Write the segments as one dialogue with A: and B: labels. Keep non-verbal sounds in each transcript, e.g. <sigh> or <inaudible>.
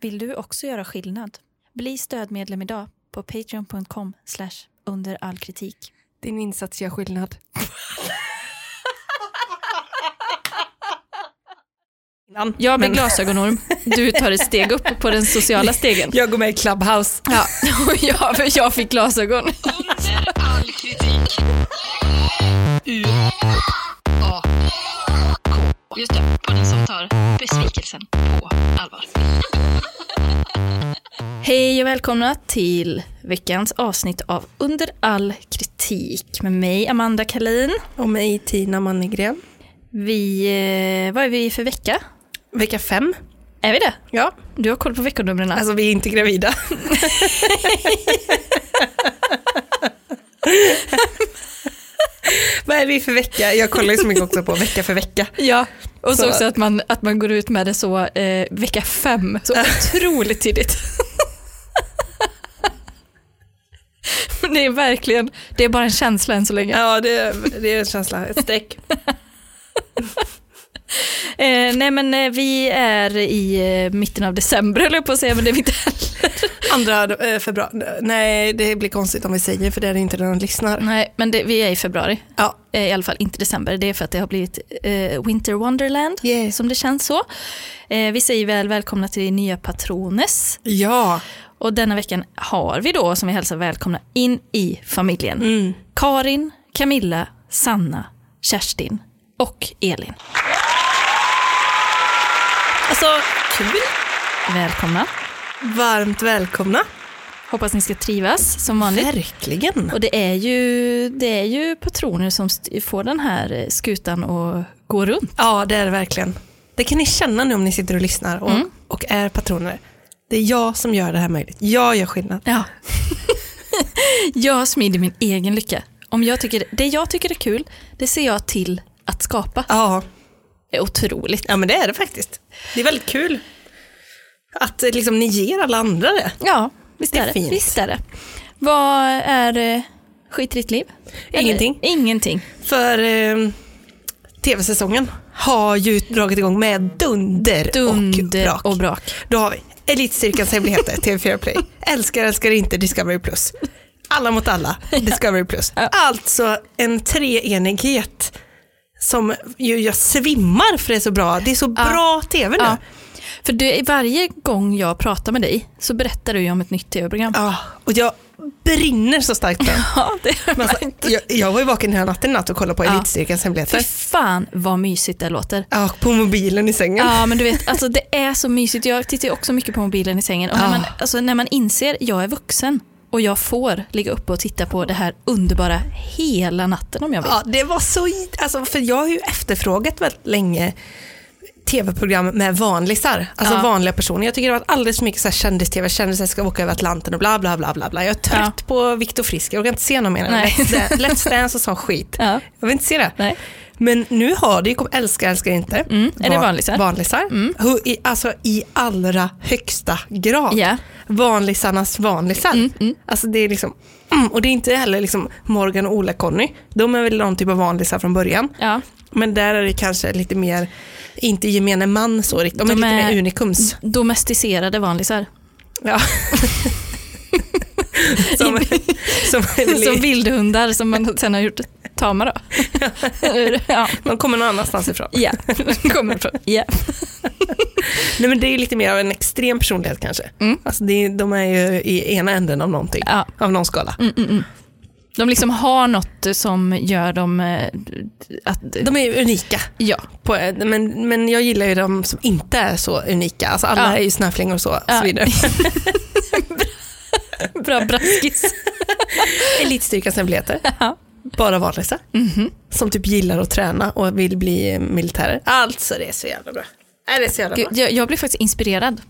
A: Vill du också göra skillnad? Bli stödmedlem idag på patreon.com under all kritik.
B: Din insats gör skillnad.
A: Jag blir glasögonorm. Du tar ett steg upp på den sociala stegen.
B: Jag går med i Clubhouse.
A: Ja, <laughs> och jag, för jag fick glasögon.
C: Under all kritik. U A K. Just det, podden som tar besvikelsen på allvar.
A: <laughs> Hej och välkomna till veckans avsnitt av Under all kritik med mig, Amanda Kalin.
B: Och mig Tina Mannegren.
A: Vi, eh, vad är vi för vecka?
B: Vecka fem.
A: Är vi det?
B: Ja,
A: Du har koll på veckonumren.
B: alltså vi är inte gravida. <laughs> Vad är vi för vecka? Jag kollar ju så mycket också på vecka för vecka.
A: Ja, och så,
B: Så-
A: också att man, att man går ut med det så eh, vecka fem, så otroligt tidigt. Men <laughs> det är verkligen, det är bara en känsla än så länge.
B: Ja, det, det är en känsla. Ett streck.
A: <laughs> Eh, nej men eh, vi är i eh, mitten av december höll jag på att säga, men det är vi inte heller.
B: Andra eh, februari. Nej, det blir konstigt om vi säger för det är det inte när de lyssnar.
A: Nej, men det, vi är i februari.
B: Ja,
A: Eh, I alla fall inte december, det är för att det har blivit eh, Winter Wonderland,
B: Yay.
A: som det känns så. Eh, vi säger väl välkomna till nya patrones.
B: ja.
A: Och denna veckan har vi då, som vi hälsar välkomna, in i familjen. Karin, Camilla, Sanna, Kerstin och Elin.
B: Alltså, kul.
A: Välkomna.
B: Varmt välkomna.
A: Hoppas ni ska trivas som vanligt.
B: Verkligen.
A: Och det är ju, det är ju patroner som st- får den här eh, skutan att gå runt.
B: Ja, det är det verkligen. Det kan ni känna nu om ni sitter och lyssnar och, och är patroner. Det är jag som gör det här möjligt. Jag gör skillnad.
A: Ja. <laughs> jag smider min egen lycka. Om jag tycker, det jag tycker är kul, det ser jag till att skapa.
B: Ja,
A: Det är otroligt.
B: ja men det är det faktiskt. Det är väldigt kul att eh, liksom, ni ger alla andra det.
A: Ja, visst
B: Det är
A: är det.
B: fint.
A: Visst är det. Vad är eh, skit i ditt liv? Eller-
B: Ingenting.
A: ingenting.
B: För eh, tv-säsongen har ju dragit igång med dunder,
A: Dunder
B: och brak.
A: och brak.
B: Då har vi
A: <laughs>
B: Elitstyrkans hemligheter, TV4 Play. Älskar, älskar inte, Discovery+. Plus. Alla
A: <laughs>
B: mot alla, Discovery+. Plus. Alltså en treenighet som ju jag svimmar för det är så bra. Det är så bra TV nu.
A: Ja. För det, varje gång jag pratar med dig så berättar du ju om ett nytt tv-program.
B: Ja, och jag brinner så starkt för den.
A: <laughs> Ja, det är
B: Men alltså,
A: verkligen-
B: jag, jag var ju vaken hela natten i natt och kollade på
A: Ja.
B: Elitstyrkans
A: Fy
B: hemligheter.
A: fan vad mysigt det låter.
B: Ja, och på mobilen i sängen.
A: Ja men du vet, alltså det är så mysigt. Jag tittar ju också mycket på mobilen i sängen. Och när,
B: Ja.
A: man, alltså, när man inser jag är vuxen och jag får ligga uppe och titta på det här underbara hela natten om jag vill.
B: Ja, det var så... Alltså, för jag har ju efterfrågat väldigt länge tv-program med vanlisar, alltså
A: Ja.
B: vanliga personer. Jag tycker det har varit alldeles för mycket så här kändis-tv, kändisar ska åka över Atlanten och bla bla bla. bla, bla. Jag är trött på Viktor Frisk, jag orkar inte se någon mer. än
A: Nej. <laughs>
B: Let's Dan- Let's Dance och sån skit.
A: Ja.
B: Jag vill inte se det.
A: Nej. Mm.
B: Men nu har det ju kommit Älskar, älskar inte.
A: är det vanlisar?
B: Vanlisar.
A: Mm.
B: Hu- I, alltså i allra högsta grad.
A: Ja. Mm,
B: Vanlisarnas vanlisar. Alltså det är liksom, mm, och det är inte heller liksom Morgan och Ola-Conny. De är väl någon typ av vanlisar från början.
A: Ja.
B: Men där är det kanske lite mer, inte gemene man så riktigt. De,
A: De
B: är, lite
A: är- Mm.
B: mer unikums.
A: Domesticerade vanlisar. <laughs>
B: Ja. som, som,
A: <laughs> Som vildhundar som man sen har gjort tama då. ja.
B: de kommer någon annanstans ifrån.
A: Ja, kommer ifrån. Ja.
B: Nej, men det är lite mer av en extrem personlighet kanske. Alltså det, är- de är ju i ena änden av någonting,
A: Mm. Ja. Mm.
B: av någon skala.
A: De liksom har något som gör dem eh, att...
B: De är ju unika.
A: Ja,
B: På, men, men jag gillar ju de som inte är så unika. Alltså alla
A: Ja.
B: är ju snöflingor och så, och
A: Ja. <laughs>
B: så vidare.
A: bra braskis. <laughs>
B: Elitstyrkans hemligheter. Bara vanlösa.
A: Mhm.
B: Som typ gillar att träna och vill bli eh, militärer. Alltså det är så jävla bra. Äh, det är så jävla bra.
A: Gud, Jag, jag blir faktiskt inspirerad.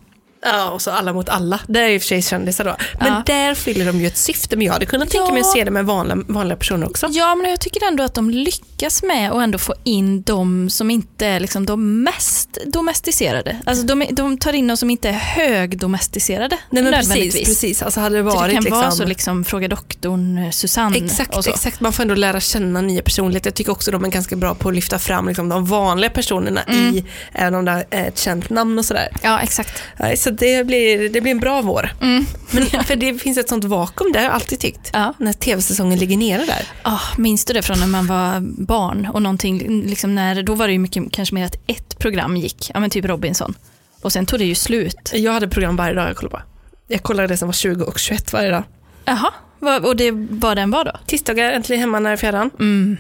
B: Ja, och så alla mot alla. Där är ju i och för sig kändisar då. Men
A: Ja.
B: där fyller de ju ett syfte. Men jag hade kunnat tänka mig att
A: Ja.
B: se det med vanliga, vanliga personer också.
A: Ja, men jag tycker ändå att de lyckas med att ändå få in de som inte är liksom de mest domesticerade. Alltså de, är- de tar in de som inte är högdomesticerade.
B: Nej men precis,
A: nödvändigtvis.
B: precis. Alltså hade
A: Så
B: det
A: det
B: varit
A: kan
B: liksom...
A: vara så liksom, fråga doktorn eh, Susanne och
B: Exakt,
A: så.
B: exakt, man får ändå lära känna nya personligheter. Jag tycker också de är ganska bra på att lyfta
A: Mm.
B: fram liksom, de vanliga personerna i, även om det är ett eh, känt namn och sådär.
A: Ja, exakt.
B: Nej, Så det blir, det blir en bra vår.
A: Mm. <laughs>
B: Men, för det finns ett sånt vakuum där, har jag alltid tyckt.
A: Ja.
B: När tv-säsongen ligger nere där.
A: Ah, minns du det från när man var barn? Och någonting, liksom när, då var det ju mycket, kanske mer att ett program gick, ja, men typ Robinson. Och sen tog det ju slut.
B: Jag hade program varje dag jag kollade på. Jag kollade det som var 20 och 21 varje dag.
A: Jaha, vad- och det var den var då?
B: Tisdagar, äntligen hemma nära fjärran.
A: Mm.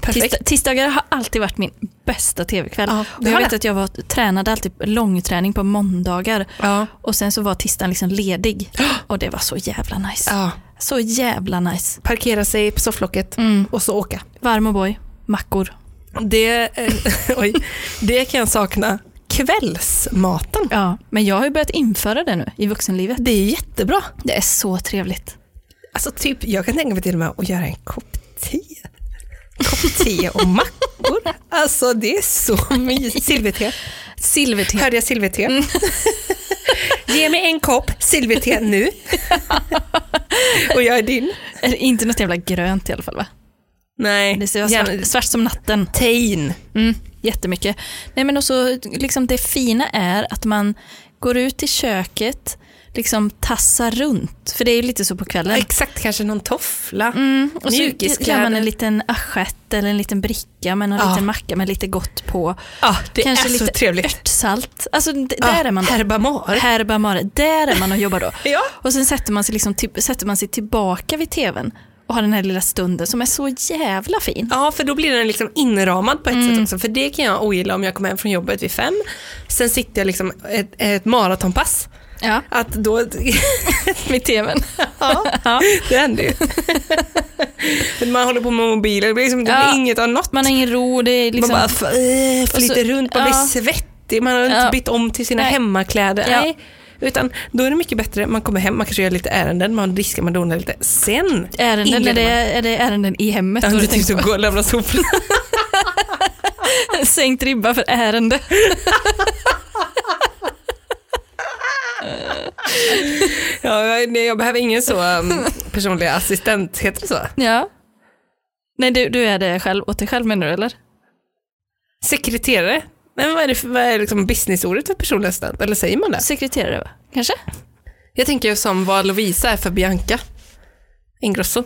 B: Perfekt.
A: Tisdag, tisdagar har alltid varit min bästa tv-kväll.
B: Ja,
A: och
B: det
A: jag
B: har
A: vet
B: det.
A: att jag var, tränade alltid långträning på måndagar
B: Ja.
A: och sen så var tisdagen liksom
B: <gasps>
A: ledig och det var så jävla nice.
B: ja.
A: Så jävla nice.
B: Parkera sig på sofflocket
A: Mm.
B: och så åka.
A: Varm och boy, mackor.
B: Det, eh, <laughs> oj, det kan jag sakna. Kvällsmaten.
A: Ja, men jag har ju börjat införa det nu i vuxenlivet.
B: Det är jättebra.
A: Det är så trevligt.
B: Alltså typ, jag kan tänka mig till och med att göra en kopp te. Kopp te och mackor. Alltså det är så mysigt. Silverte.
A: Silverte.
B: Hörde jag silverte?
A: Mm.
B: <laughs> Ge mig en kopp silverte nu. och jag är din.
A: Är det inte något jävla grönt i alla fall va?
B: Nej.
A: Det ser svart, svart som natten.
B: Tein.
A: Mm, jättemycket. Nej, men också, liksom det fina är att man går ut i köket, liksom tassar runt. För det är ju lite så på kvällen.
B: Exakt, kanske någon toffla.
A: Mm, och så gör
B: Mjukiskläder.
A: man en liten assiett eller en liten bricka med en
B: Ja.
A: liten macka med lite gott på.
B: Ja, Ah, det
A: Kanske
B: är så
A: lite
B: trevligt. Ah,
A: Örtsalt. Alltså, d- där är man då.
B: Herbamar.
A: Herba mare. Där är man och jobbar då. <laughs>
B: Ja.
A: Och sen sätter man, sig liksom, till- sätter man sig tillbaka vid tvn och har den här lilla stunden som är så jävla fin.
B: Ja, för då blir den liksom inramad på ett
A: Mm.
B: sätt också. För det kan jag ogilla om jag kommer hem från jobbet vid fem. Sen sitter jag liksom ett, ett maratonpass.
A: Ja.
B: Att då, <laughs>
A: Vid tvn.
B: ja,
A: Ja.
B: det händer ju. <laughs> Men man håller på med mobilen, det blir, liksom, det blir
A: Ja.
B: inget av något.
A: Man har ingen ro. Det är liksom...
B: man bara f- eh, flyter
A: Och så-
B: runt, man
A: ja.
B: blir svettig, man har inte
A: Ja.
B: bytt om till sina
A: Nej.
B: hemmakläder.
A: Ja.
B: Nej. Utan då är det mycket bättre, man kommer hem, man kanske gör lite ärenden, man diskar, man donar lite. Sen
A: Ärenden,
B: inleder
A: är det,
B: man.
A: är det ärenden i hemmet?
B: Jag
A: då du
B: hade
A: tänkt
B: tänkt att typ gå och lämna soffan.
A: på? <laughs> Sänkt ribba för ärende.
B: Ja, jag, nej, jag behöver ingen så um, <laughs> personlig assistent, heter det så?
A: Ja. Nej, du, du är det själv, åt dig själv menar du eller?
B: Sekreterare? Men vad är, det för, vad är liksom businessordet för personlig assistent? Eller säger man det?
A: Sekreterare va? Kanske?
B: Jag tänker ju som vad Lovisa är för Bianca Ingrosso.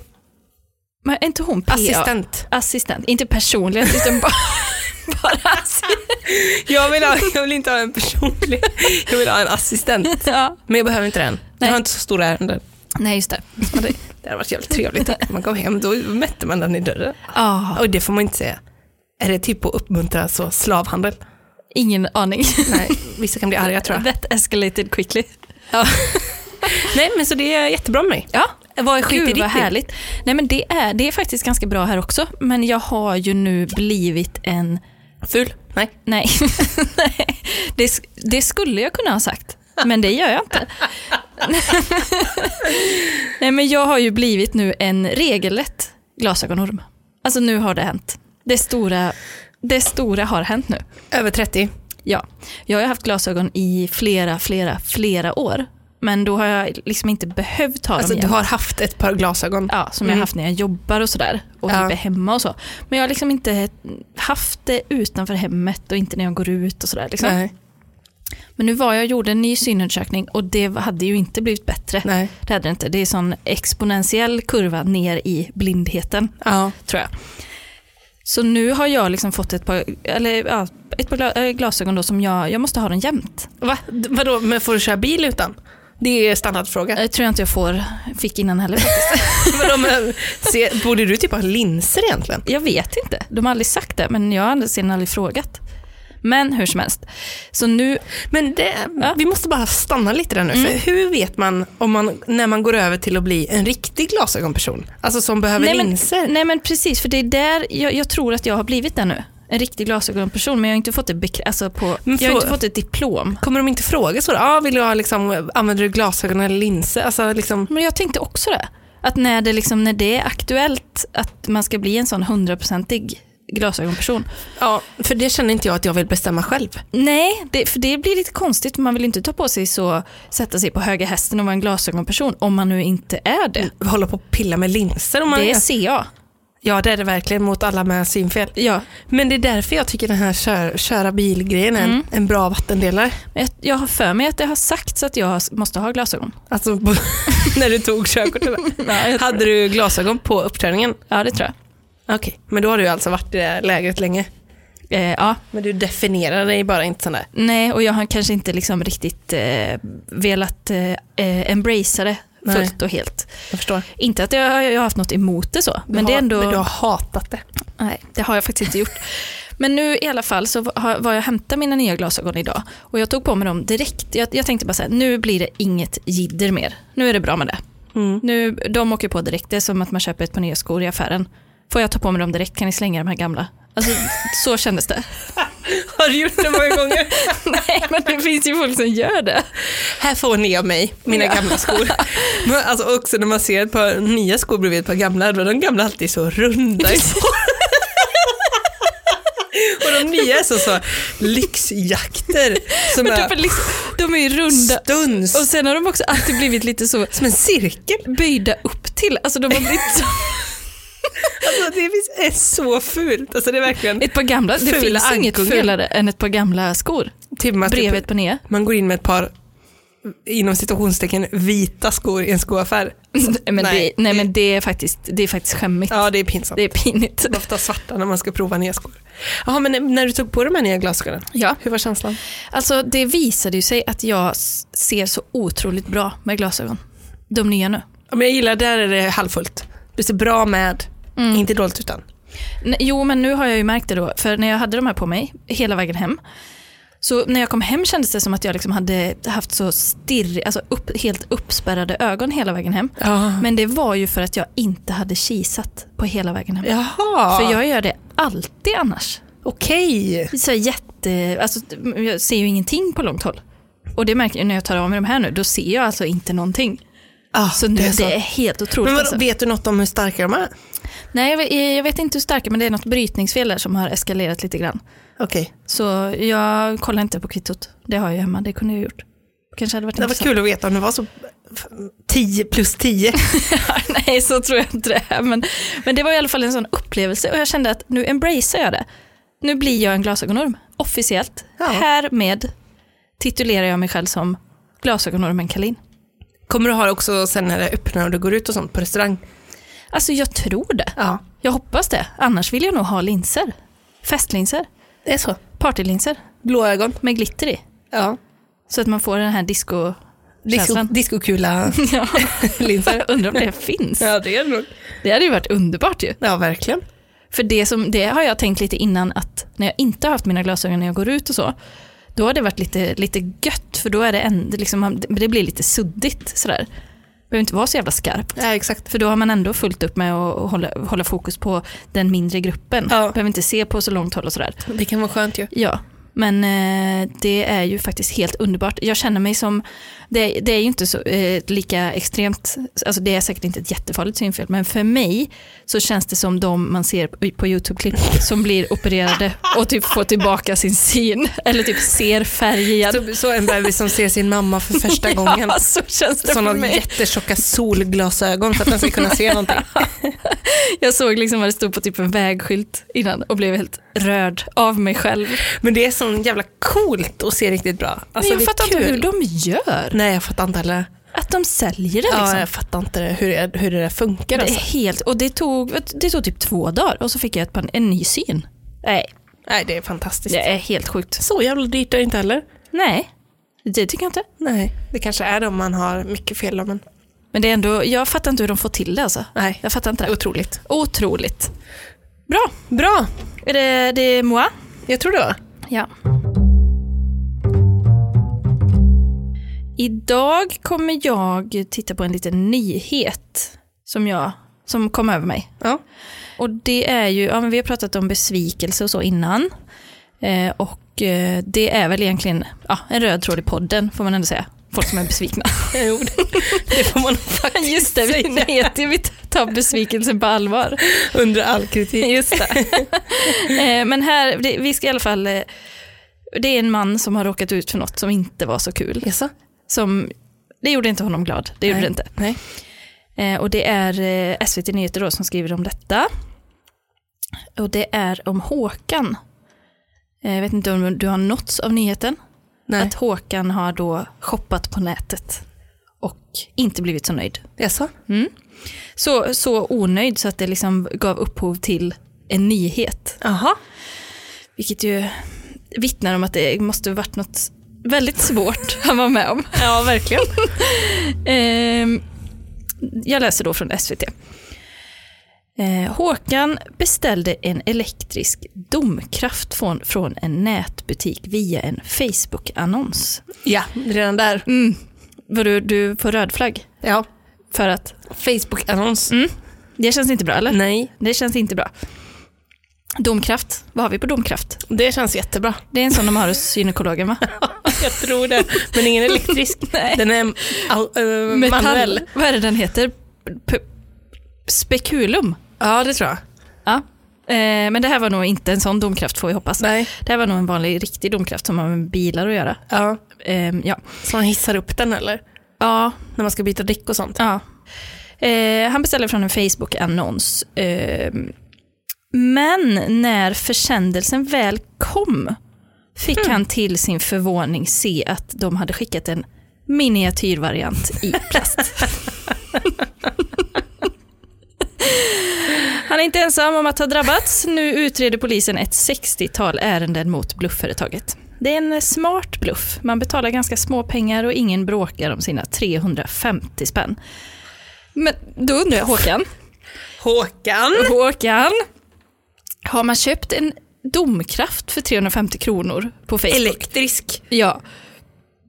A: Men är inte hon PA?
B: Assistent.
A: Assistent. Inte personlig assistent, <laughs> bara, bara assistent.
B: Jag <laughs> vill, ha, jag vill inte ha en personlig, jag vill ha en assistent.
A: Ja.
B: Men jag behöver inte den. Jag
A: Nej.
B: har inte så stora ärenden.
A: Nej, just det. <laughs>
B: Ja, Det, det hade varit jävligt trevligt. Man kom hem, då mätte man den i dörren.
A: Ah,
B: Och det får man inte säga. Är det typ att uppmuntra så slavhandel?
A: ingen aning.
B: Nej, vissa kan bli arga tror jag.
A: <laughs> That escalated quickly. <laughs>
B: Nej, men så det är jättebra med mig.
A: Ja,
B: Eh, Vad är skit i
A: Gud
B: ditt
A: vad
B: liv?
A: härligt. Nej, men det, är, det är faktiskt ganska bra här också, men jag har ju nu blivit en...
B: Ful? Nej.
A: Nej, <laughs> Nej. det, sk- det skulle jag kunna ha sagt, men det gör jag inte. <laughs> Nej, men jag har ju blivit nu en regelrätt glasögonorm. Alltså nu har det hänt. Det stora, det stora har hänt nu.
B: Över 30.
A: Ja, jag har ju haft glasögon i flera, flera, flera år. Men då har jag liksom inte behövt ha
B: Alltså
A: dem
B: du
A: igen.
B: har haft ett par glasögon.
A: Ja, som jag
B: Mm.
A: har haft när jag jobbar och sådär. Och
B: Ja.
A: typ är hemma och så. Men jag har liksom inte haft det utanför hemmet och inte när jag går ut och sådär. Liksom.
B: Nej.
A: Men nu var jag och gjorde en ny synundersökning och det hade ju inte blivit bättre.
B: Nej.
A: Det hade det inte. Det är sån exponentiell kurva ner i blindheten,
B: Ja.
A: tror jag. Så nu har jag liksom fått ett par, eller, ja, ett par gla- eh, glasögon då som jag, jag måste ha dem jämt.
B: Va? D- Vadå, men får du köra bil utan? Det är standardfråga. <laughs>
A: Det tror jag inte jag får, fick innan heller. faktiskt.
B: Vadå, men, se, borde du typ ha linser egentligen?
A: Jag vet inte. De har aldrig sagt det, men jag har aldrig, aldrig frågat. Men hur som helst. Så nu,
B: Men det, vi måste bara stanna lite där nu. För hur vet man, om man när man går över till att bli en riktig glasögonperson? Alltså som behöver
A: nej, men,
B: linser?
A: nej men precis, för det är där jag, jag tror att jag har blivit det nu. En riktig glasögonperson, men jag har inte fått, det bekr- alltså på,
B: Men
A: jag har inte
B: frå-
A: fått ett diplom.
B: Kommer de inte fråga så? då? Ah, vill du ha, liksom, använder du glasögon eller linser? Alltså, liksom,
A: Men jag tänkte också det. Att när det, liksom, när det är aktuellt att man ska bli en sån hundraprocentig glasögonperson.
B: ja, för det känner inte jag att jag vill bestämma själv.
A: Nej, det, för det blir lite konstigt. Man vill ju inte ta på sig så, sätta sig på höga hästen och
B: Mm.
A: vara en glasögonperson om man nu inte är det.
B: Hålla på och pilla med linser. Om man,
A: Det ser jag.
B: Ja, det är det verkligen mot alla med synfel.
A: Ja,
B: Men det är därför jag tycker den här kör, köra bilgrejen är en-
A: Mm.
B: en bra vattendelare.
A: men jag, jag har för mig att det har sagts att jag har- måste ha glasögon.
B: Alltså <laughs> när du tog körkortet.
A: <laughs> Ja, jag tror
B: Hade
A: det.
B: du glasögon på uppträningen?
A: ja det tror jag.
B: Okej, men då har du alltså varit i det här lägret länge.
A: Eh, ja,
B: Men du definierar dig bara inte sån där.
A: nej, och jag har kanske inte liksom riktigt eh, velat eh, eh, embracea det
B: Nej.
A: fullt och helt.
B: Jag förstår.
A: Inte att jag, jag har haft något emot det så,
B: Du
A: men det är
B: har-
A: ändå...
B: men du har
A: <laughs>
B: hatat det.
A: Nej, det har jag faktiskt inte gjort. Men nu i alla fall så har- var jag och hämtade mina nya glasögon idag och jag tog på mig dem direkt. Jag, jag tänkte bara så här, nu blir det inget jidder mer. Nu är det bra med det. Nu, de åker på direkt, det är som att man köper ett par nya skor i affären. Får jag ta på mig dem direkt, kan ni slänga de här gamla? Alltså, så kändes <laughs> det.
B: Har du gjort det många gånger?
A: Nej, men det finns ju folk som gör det.
B: här får ni av mig, mina gamla skor.
A: <laughs>
B: Men alltså också när man ser ett par nya skor bredvid ett par gamla, då är de gamla alltid
A: <laughs>
B: så runda i form. Och de nya är så, så lyxjakter som
A: Men de, är
B: är
A: liksom, de är ju runda
B: stuns,
A: och sen har de också alltid blivit lite så
B: som en cirkel.
A: böjda upp till. Alltså de har blivit <laughs> så,
B: Alltså det finns- är så fult. Alltså det är verkligen
A: ett par gamla, det
B: Fula
A: finns inget
B: ankungar.
A: fulare än ett par gamla skor.
B: typ man,
A: Bredvid ett par nya.
B: man går in med ett par inom citationstecken vita skor i en skoaffär.
A: <laughs> Nej men,
B: Nej.
A: Det, nej, men det, är faktiskt, det är faktiskt skämmigt.
B: Ja, det är pinsamt.
A: Det är pinigt.
B: Det är ofta svarta när man ska prova nya skor. Jaha, men när du tog på de här nya glasögonen,
A: Ja.
B: hur var känslan?
A: Alltså, det visade ju sig att jag s- ser så otroligt bra med glasögon. De nya nu.
B: Ja, men jag gillar, där är det halvfullt. Du ser bra med, inte dåligt utan.
A: Nej, Jo, men nu har jag ju märkt det då. För när jag hade de här på mig hela vägen hem, så när jag kom hem kändes det som att jag liksom hade haft så stirr, alltså upp, helt uppspärrade ögon hela vägen hem.
B: Ja.
A: Men det var ju för att jag inte hade kisat på hela vägen hem.
B: Jaha,
A: För jag gör det alltid annars.
B: okej.
A: så här jätte, alltså, jag ser ju ingenting på långt håll. Och det märker jag när jag tar av mig de här nu, då ser jag alltså inte någonting. Så nu, det, är,
B: Ah, så.
A: helt otroligt.
B: Men
A: alltså.
B: vadå, vet du något om hur starka de är?
A: Nej, jag vet, jag vet inte hur starka, men det är något brytningsfel där som har eskalerat lite grann.
B: Okej.
A: Så jag kollar inte på kvittot. Det har jag hemma, det kunde jag gjort. Kanske hade varit
B: Det var kul att veta om det var så 10 plus 10.
A: <laughs> Nej, så tror jag inte det är. Men, men det var i alla fall en sån upplevelse och jag kände att nu embracear jag det. Nu blir jag en glasögonorm, officiellt.
B: Ja.
A: Härmed titulerar jag mig själv som glasögonormen Kalin.
B: <laughs> Kommer du ha det också sen när det öppnar och du går ut och sånt på restaurang?
A: Alltså jag tror det.
B: Ja,
A: Jag hoppas det. Annars vill jag nog ha linser. Festlinser.
B: det är så.
A: Partylinser.
B: Blå ögon.
A: Med glitter i.
B: Ja.
A: Så att man får den här
B: <laughs>
A: disco...
B: Disco,
A: Känslan.
B: <laughs> diskokula
A: <laughs> Ja.
B: linser.
A: Undrar om det finns.
B: det är det nog.
A: Det hade ju varit underbart ju.
B: Ja, verkligen.
A: För det, som, det har jag tänkt lite innan att när jag inte har haft mina glasögon när jag går ut och så, då har det varit lite, lite gött för då är det, en, det, liksom, det blir lite suddigt sådär. Behöver inte vara så jävla skarp.
B: Ja, exakt.
A: För då har man ändå fullt upp med att hålla, hålla fokus på den mindre gruppen.
B: Ja.
A: Behöver inte se på så långt håll och sådär.
B: Det kan vara skönt ju.
A: Ja, men eh, det är ju faktiskt helt underbart. Jag känner mig som, det, det är ju inte så, eh, lika extremt, alltså det är säkert inte ett jättefarligt synfel, men för mig så känns det som de man ser på- på YouTube-klipp som blir opererade och typ får tillbaka sin syn, eller typ ser färg igen.
B: Så, så en bebis som ser sin mamma för <laughs> första gången.
A: Ja, så känns det för
B: Sådana
A: mig.
B: jättetjocka solglasögon för att den ska kunna se någonting.
A: Jag såg liksom vad det stod på typ en vägskylt innan och blev helt rörd av mig själv.
B: Men det är så jävla coolt att se riktigt bra. Alltså,
A: men
B: det är
A: jag fattar inte
B: kul.
A: hur de gör.
B: Nej, jag fattar inte heller.
A: Att de säljer det
B: Ja,
A: liksom.
B: jag fattar inte det, hur, det, hur det där funkar.
A: Det är
B: Alltså.
A: helt, och det tog, det tog typ två dagar och så fick jag ett, par- en ny syn. Nej,
B: Nej, det är fantastiskt.
A: det är helt sjukt.
B: Så jävla dyrt är det inte heller.
A: Nej, det tycker jag inte.
B: Nej, det kanske är det om man har mycket fel. Men...
A: Men det är ändå, jag fattar inte hur de får till det alltså.
B: Nej,
A: Jag fattar inte det.
B: otroligt.
A: Otroligt. Bra,
B: Bra,
A: är det, det är moi?
B: jag tror det var.
A: Ja. Idag kommer jag titta på en liten nyhet som, jag, som kom över mig.
B: Ja.
A: Och det är ju, ja, men vi har pratat om besvikelse och så innan. Eh, och eh, det är väl egentligen ja, en röd tråd i podden får man ändå säga. Folk som är besvikna.
B: Jo, det, <laughs> det får man
A: <laughs> Just <laughs> det, vi, nej, det- vi tar besvikelsen på allvar.
B: under all kritik.
A: Just det. Eh, Men här, det, vi ska i alla fall, eh, det är en man som har råkat ut för något som inte var så kul.
B: Jaså?
A: Som, det gjorde inte honom glad, det gjorde
B: Nej.
A: det inte.
B: Nej.
A: Eh, Och det är eh, SVT Nyheter då som skriver om detta. Och det är om Håkan. Eh, Jag vet inte om du har nåtts av nyheten?
B: Nej.
A: Att Håkan har då shoppat på nätet och inte blivit så nöjd.
B: Jaså?
A: Så, så onöjd så att det liksom gav upphov till en nyhet.
B: Jaha.
A: Vilket ju vittnar om att det måste varit något väldigt svårt <laughs> han var med om.
B: Ja, verkligen.
A: <laughs> Ehm, jag läser då från SVT. Eh, Håkan beställde en elektrisk domkraft från, från en nätbutik via en Facebook-annons.
B: ja, redan där.
A: Var du, Mm. du på röd flagg?
B: Ja.
A: För att Mm.
B: Facebook-annons.
A: det känns inte bra eller?
B: Nej.
A: Det känns inte bra. Domkraft, vad har vi på domkraft?
B: Det känns jättebra.
A: Det är en sån de har <laughs> hos gynekologen va?
B: Jag tror det. Men ingen <laughs> elektrisk.
A: <laughs> Nej.
B: Den är all, eh,
A: Metall-
B: manuell.
A: Vad är det den heter? P- spekulum?
B: Ja, det tror jag.
A: Ja. Eh, men det här var nog inte en sån domkraft får vi hoppas.
B: Nej.
A: Det här var nog en vanlig riktig domkraft som har med bilar att göra.
B: Ja.
A: Eh, ja.
B: Så man hissar upp den eller?
A: Ja,
B: När man ska byta däck och sånt.
A: ja. Eh, han beställde från en Facebook-annons. Eh, men när försändelsen väl kom fick han till sin förvåning se att de hade skickat en miniatyrvariant i plast. Han är inte ensam om att ha drabbats. Nu utreder polisen ett 60-tal ärenden mot bluffföretaget. Det är en smart bluff. Man betalar ganska små pengar och ingen bråkar om sina 350 spänn. Men då undrar jag, <laughs> Håkan,
B: Håkan.
A: Håkan. Har man köpt en domkraft för 350 kronor på Facebook?
B: Elektrisk.
A: Ja.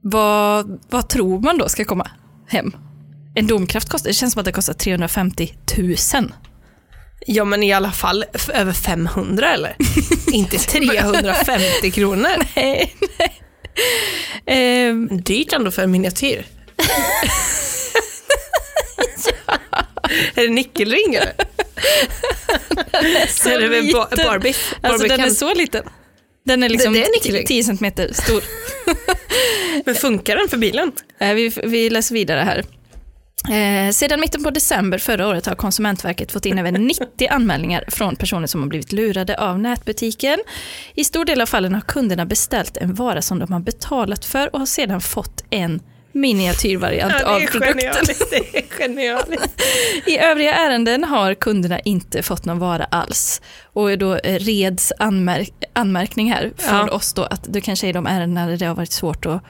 A: Vad, vad tror man då ska komma hem? En domkraft kostar, det känns som att det kostar 350 000.
B: Ja, men i alla fall f- över 500 <laughs> eller? Inte 350 kronor.
A: <laughs> Nej, nej. Ehm,
B: Dyrt ändå för en <laughs> miniatyr. Är det nyckelring eller?
A: så
B: är det väl
A: liten.
B: ba- Barbie?
A: Alltså
B: Barbie
A: den är
B: kan-
A: så liten. Den är liksom
B: det är en nyckelring.
A: 10 centimeter stor.
B: Men funkar den för bilen?
A: Eh, Vi, vi läser vidare här. Eh, sedan mitten på december förra året har Konsumentverket fått in över 90 anmälningar från personer som har blivit lurade av nätbutiken. I stor del av fallen har kunderna beställt en vara som de har betalat för och har sedan fått en miniatyrvariant av produkten.
B: genialiskt. Det är genialiskt.
A: I övriga ärenden har kunderna inte fått någon vara alls. Och då eh, Reds anmärk- anmärkning här för
B: Ja.
A: oss då att det kanske är i de ärenden där det har varit svårt att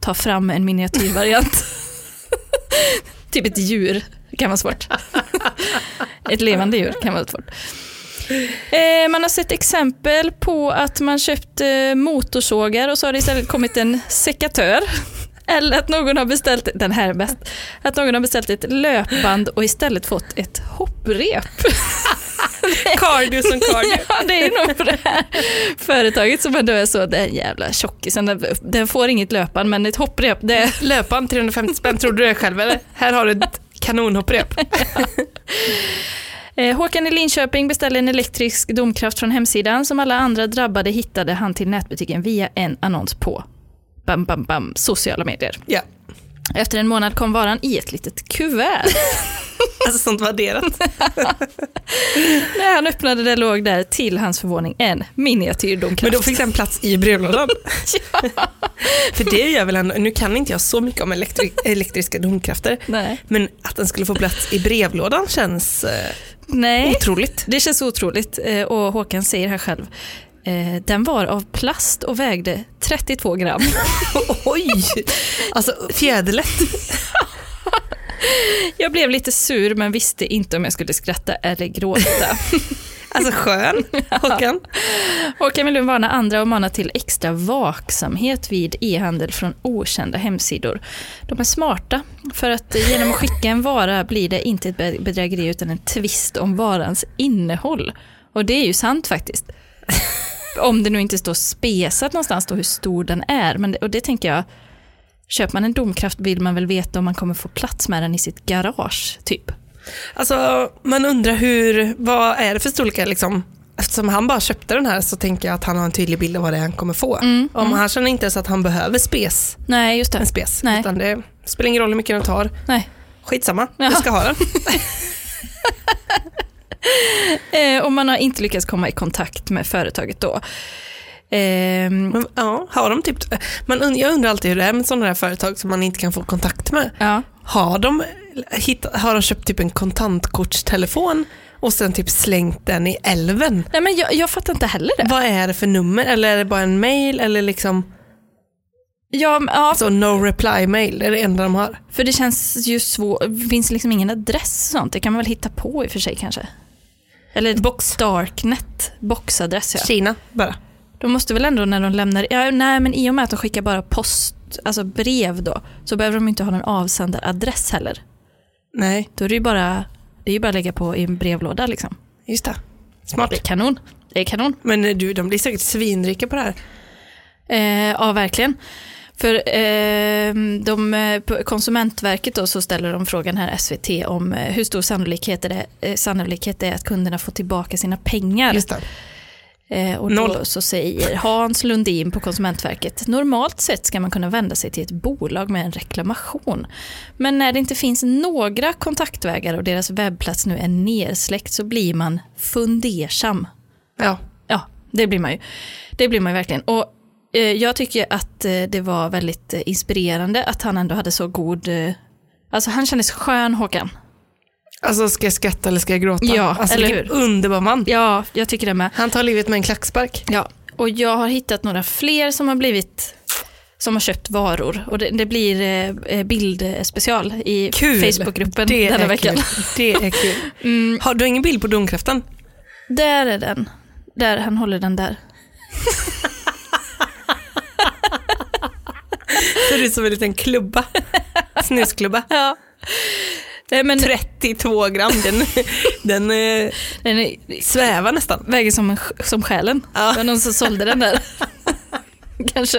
A: ta fram en miniatyrvariant. <laughs> typ ett djur kan vara svårt. <laughs> ett levande djur kan vara svårt. Eh, Man har sett exempel på att man köpt eh, motorsågar och så har det istället kommit en sekatör. Eller att någon har beställt, den här är bäst, att någon har beställt ett löpband och istället fått ett hopprep.
B: Cardio <laughs> som cardio.
A: Ja, det är nog på det här företaget som ändå är så, den jävla tjockisen, den- den får inget löpband men ett hopprep, det,
B: Löpan 350 spänn, trodde du det själv eller? Här har du ett kanonhopprep.
A: Eh, Håkan i Linköping beställde en elektrisk domkraft från hemsidan. Som alla andra drabbade hittade han till nätbutiken via en annons på bam, bam, bam, sociala medier.
B: <laughs> Ja.
A: Efter en månad kom varan i ett litet
B: <laughs>
A: kuvert.
B: Alltså sånt värderat.
A: När han öppnade det låg där till hans förvåning en
B: Men
A: miniatyrdomkraft.
B: då fick den plats i <laughs> brevlådan. För det gör väl ändå, nu kan inte jag så mycket om elektri- elektriska domkrafter.
A: Nej.
B: Men att den skulle få plats i brevlådan känns eh,
A: Nej.
B: otroligt.
A: Det känns otroligt Eh, och Håkan säger här själv. eh, Den var av plast och vägde 32 gram.
B: <laughs> Oj! Alltså fjäderlätt.
A: Jag blev lite sur men visste inte om jag skulle skratta eller gråta.
B: Alltså <laughs> skön, Håkan.
A: Håkan vill nu varna andra och mana till extra vaksamhet vid e-handel från okända hemsidor. De är smarta, för att genom att skicka en vara blir det inte ett be- bedrägeri utan en tvist om varans innehåll. Och det är ju sant faktiskt. <laughs> Om det nu inte står spesat någonstans då hur stor den är. Men det, och det tänker jag, köper man en domkraft vill man väl veta om man kommer få plats med den i sitt garage, typ.
B: Alltså man undrar hur, vad är det för storlekar liksom? Eftersom han bara köpte den här så tänker jag att han har en tydlig bild av vad det är han kommer få. Om han känner inte ens att han behöver spes,
A: Mm. Nej, just det.
B: en spes,
A: Nej.
B: utan det spelar ingen roll hur mycket den tar.
A: Nej.
B: Skitsamma,
A: Ja.
B: vi ska ha den.
A: Eh, och man har inte lyckats komma i kontakt med företaget då. Ehm,
B: Men, ja, har de typ, man, und- jag undrar alltid hur det är med sådana här företag som man inte kan få kontakt med.
A: ja.
B: Har de, hittat, har de köpt typ en kontantkortstelefon och sen typ slängt den i älven?
A: Nej, men jag, jag fattar inte heller det.
B: Vad är det för nummer? Eller är det bara en mail? Eller liksom
A: Ja, men- ja,
B: så no reply mail? Det är det enda de har.
A: för det känns ju svårt. Det finns liksom ingen adress och sånt. Det kan man väl hitta på i och för sig kanske. Eller Box. Darknet, boxadress ja.
B: Kina bara.
A: De måste väl ändå när de lämnar, ja, nej men i och med att de skickar bara post, alltså brev då, så behöver de inte ha någon avsändaradress heller.
B: Nej,
A: Då är det ju bara, det är ju bara att lägga på i en brevlåda liksom.
B: just det. Smart.
A: Det är kanon. Det är kanon.
B: Men eh, du, de blir säkert svinrika på det här.
A: Eh, ja, verkligen. För eh, de, eh, på Konsumentverket då, så ställer de frågan här SVT om eh, hur stor sannolikhet är, det, eh, sannolikhet är att kunderna får tillbaka sina pengar.
B: Just det.
A: Eh, och
B: Noll.
A: då så säger Hans Lundin på Konsumentverket, normalt sett ska man kunna vända sig till ett bolag med en reklamation. Men när det inte finns några kontaktvägar och deras webbplats nu är nersläckt så blir man fundersam.
B: Ja.
A: Ja, det blir man ju. Det blir man ju verkligen. Och eh, jag tycker att eh, det var väldigt eh, inspirerande att han ändå hade så god... Eh, alltså han kändes skön, Håkan.
B: Alltså ska jag skratta eller ska jag gråta?
A: Ja,
B: alltså,
A: eller
B: vilken underbar man.
A: Ja, jag tycker det med.
B: Han tar livet med en klackspark.
A: Ja, och jag har hittat några fler som har blivit som har köpt varor och det, det blir eh, bildspecial i
B: Kul.
A: Facebookgruppen
B: Det
A: denna
B: är
A: veckan. Mm.
B: kul. Det är kul. Har du ingen bild på domkraften?
A: <laughs> Där är den. Där, han håller den där.
B: Ser ut som en liten klubba. Snusklubba.
A: Ja. Nej, men
B: 32 gram. Den, den eh,
A: den är,
B: svävar nästan.
A: väger som, en sj- som själen.
B: Ja.
A: Det var någon som sålde den där. Kanske.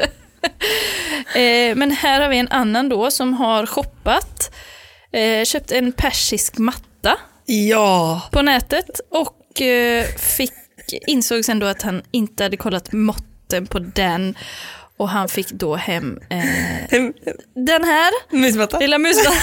A: Eh, men här har vi en annan då som har shoppat, eh, köpt en persisk matta
B: Ja.
A: på nätet och eh, fick, insåg sen då att han inte hade kollat måtten på den och han fick då hem eh,
B: En
A: den här
B: Musmatta.
A: lilla musen.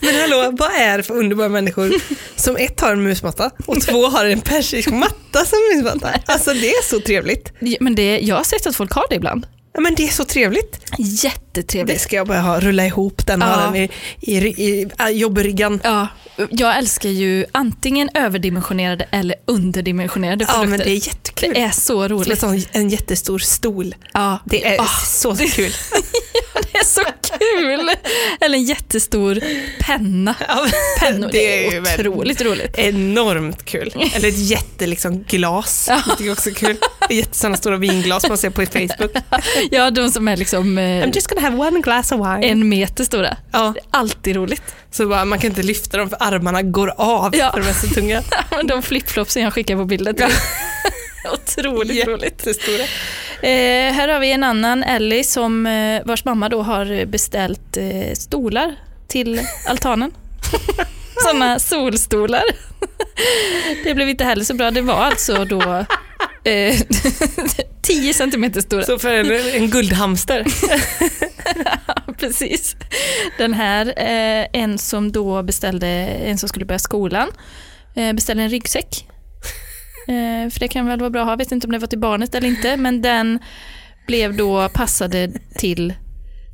B: Men hallå, vad är det för underbara människor som ett har en musmatta och två har en persisk matta som musmatta? Alltså det är så trevligt.
A: Men det, jag har sett att folk har det ibland.
B: Ja, men det är så trevligt. Det
A: Jättetrevligt.
B: ska jag börja ha, rulla ihop den,
A: Ja.
B: ha den i, i, i, äh, i jobbryggan.
A: Ja, jag älskar ju antingen överdimensionerade eller underdimensionerade
B: Ja,
A: produkter.
B: men det är jättekul.
A: Det är så
B: Som en,
A: roligt.
B: sån, en jättestor stol.
A: Ja,
B: Det är
A: Ah, <laughs>
B: så kul.
A: det är så kul. Eller en jättestor penna.
B: <laughs>
A: Pennor, det är,
B: väldigt-
A: otroligt roligt.
B: Enormt kul. Eller ett jätte liksom, glas. Det tycker jag också är kul. Det är jätte- sådana stora vinglas man ser
A: <laughs>
B: på Facebook.
A: Ja, de som är liksom eh,
B: I'm just gonna have one glass of wine.
A: en meter stora. <laughs>
B: Ja,
A: Det är alltid roligt.
B: så bara, man kan inte lyfta dem för armarna går av
A: Ja.
B: för de är så
A: <laughs>
B: tunga.
A: Men de flipflopsen jag skickar på bilden. <laughs> Otroligt roligt.
B: Jättestora.
A: Eh, här har vi en annan Ellie som, eh, vars mamma då har beställt eh, stolar till altanen. Sådana solstolar. Det blev inte heller så bra. Det var alltså då eh, <laughs> 10 centimeter stora.
B: Så för en, en guldhamster.
A: <laughs> Precis. Den här, eh, en som då beställde, en som skulle börja skolan, eh, beställde en ryggsäck. Eh, för det kan väl vara bra att ha, vet inte om det var till barnet eller inte, men den blev då passade till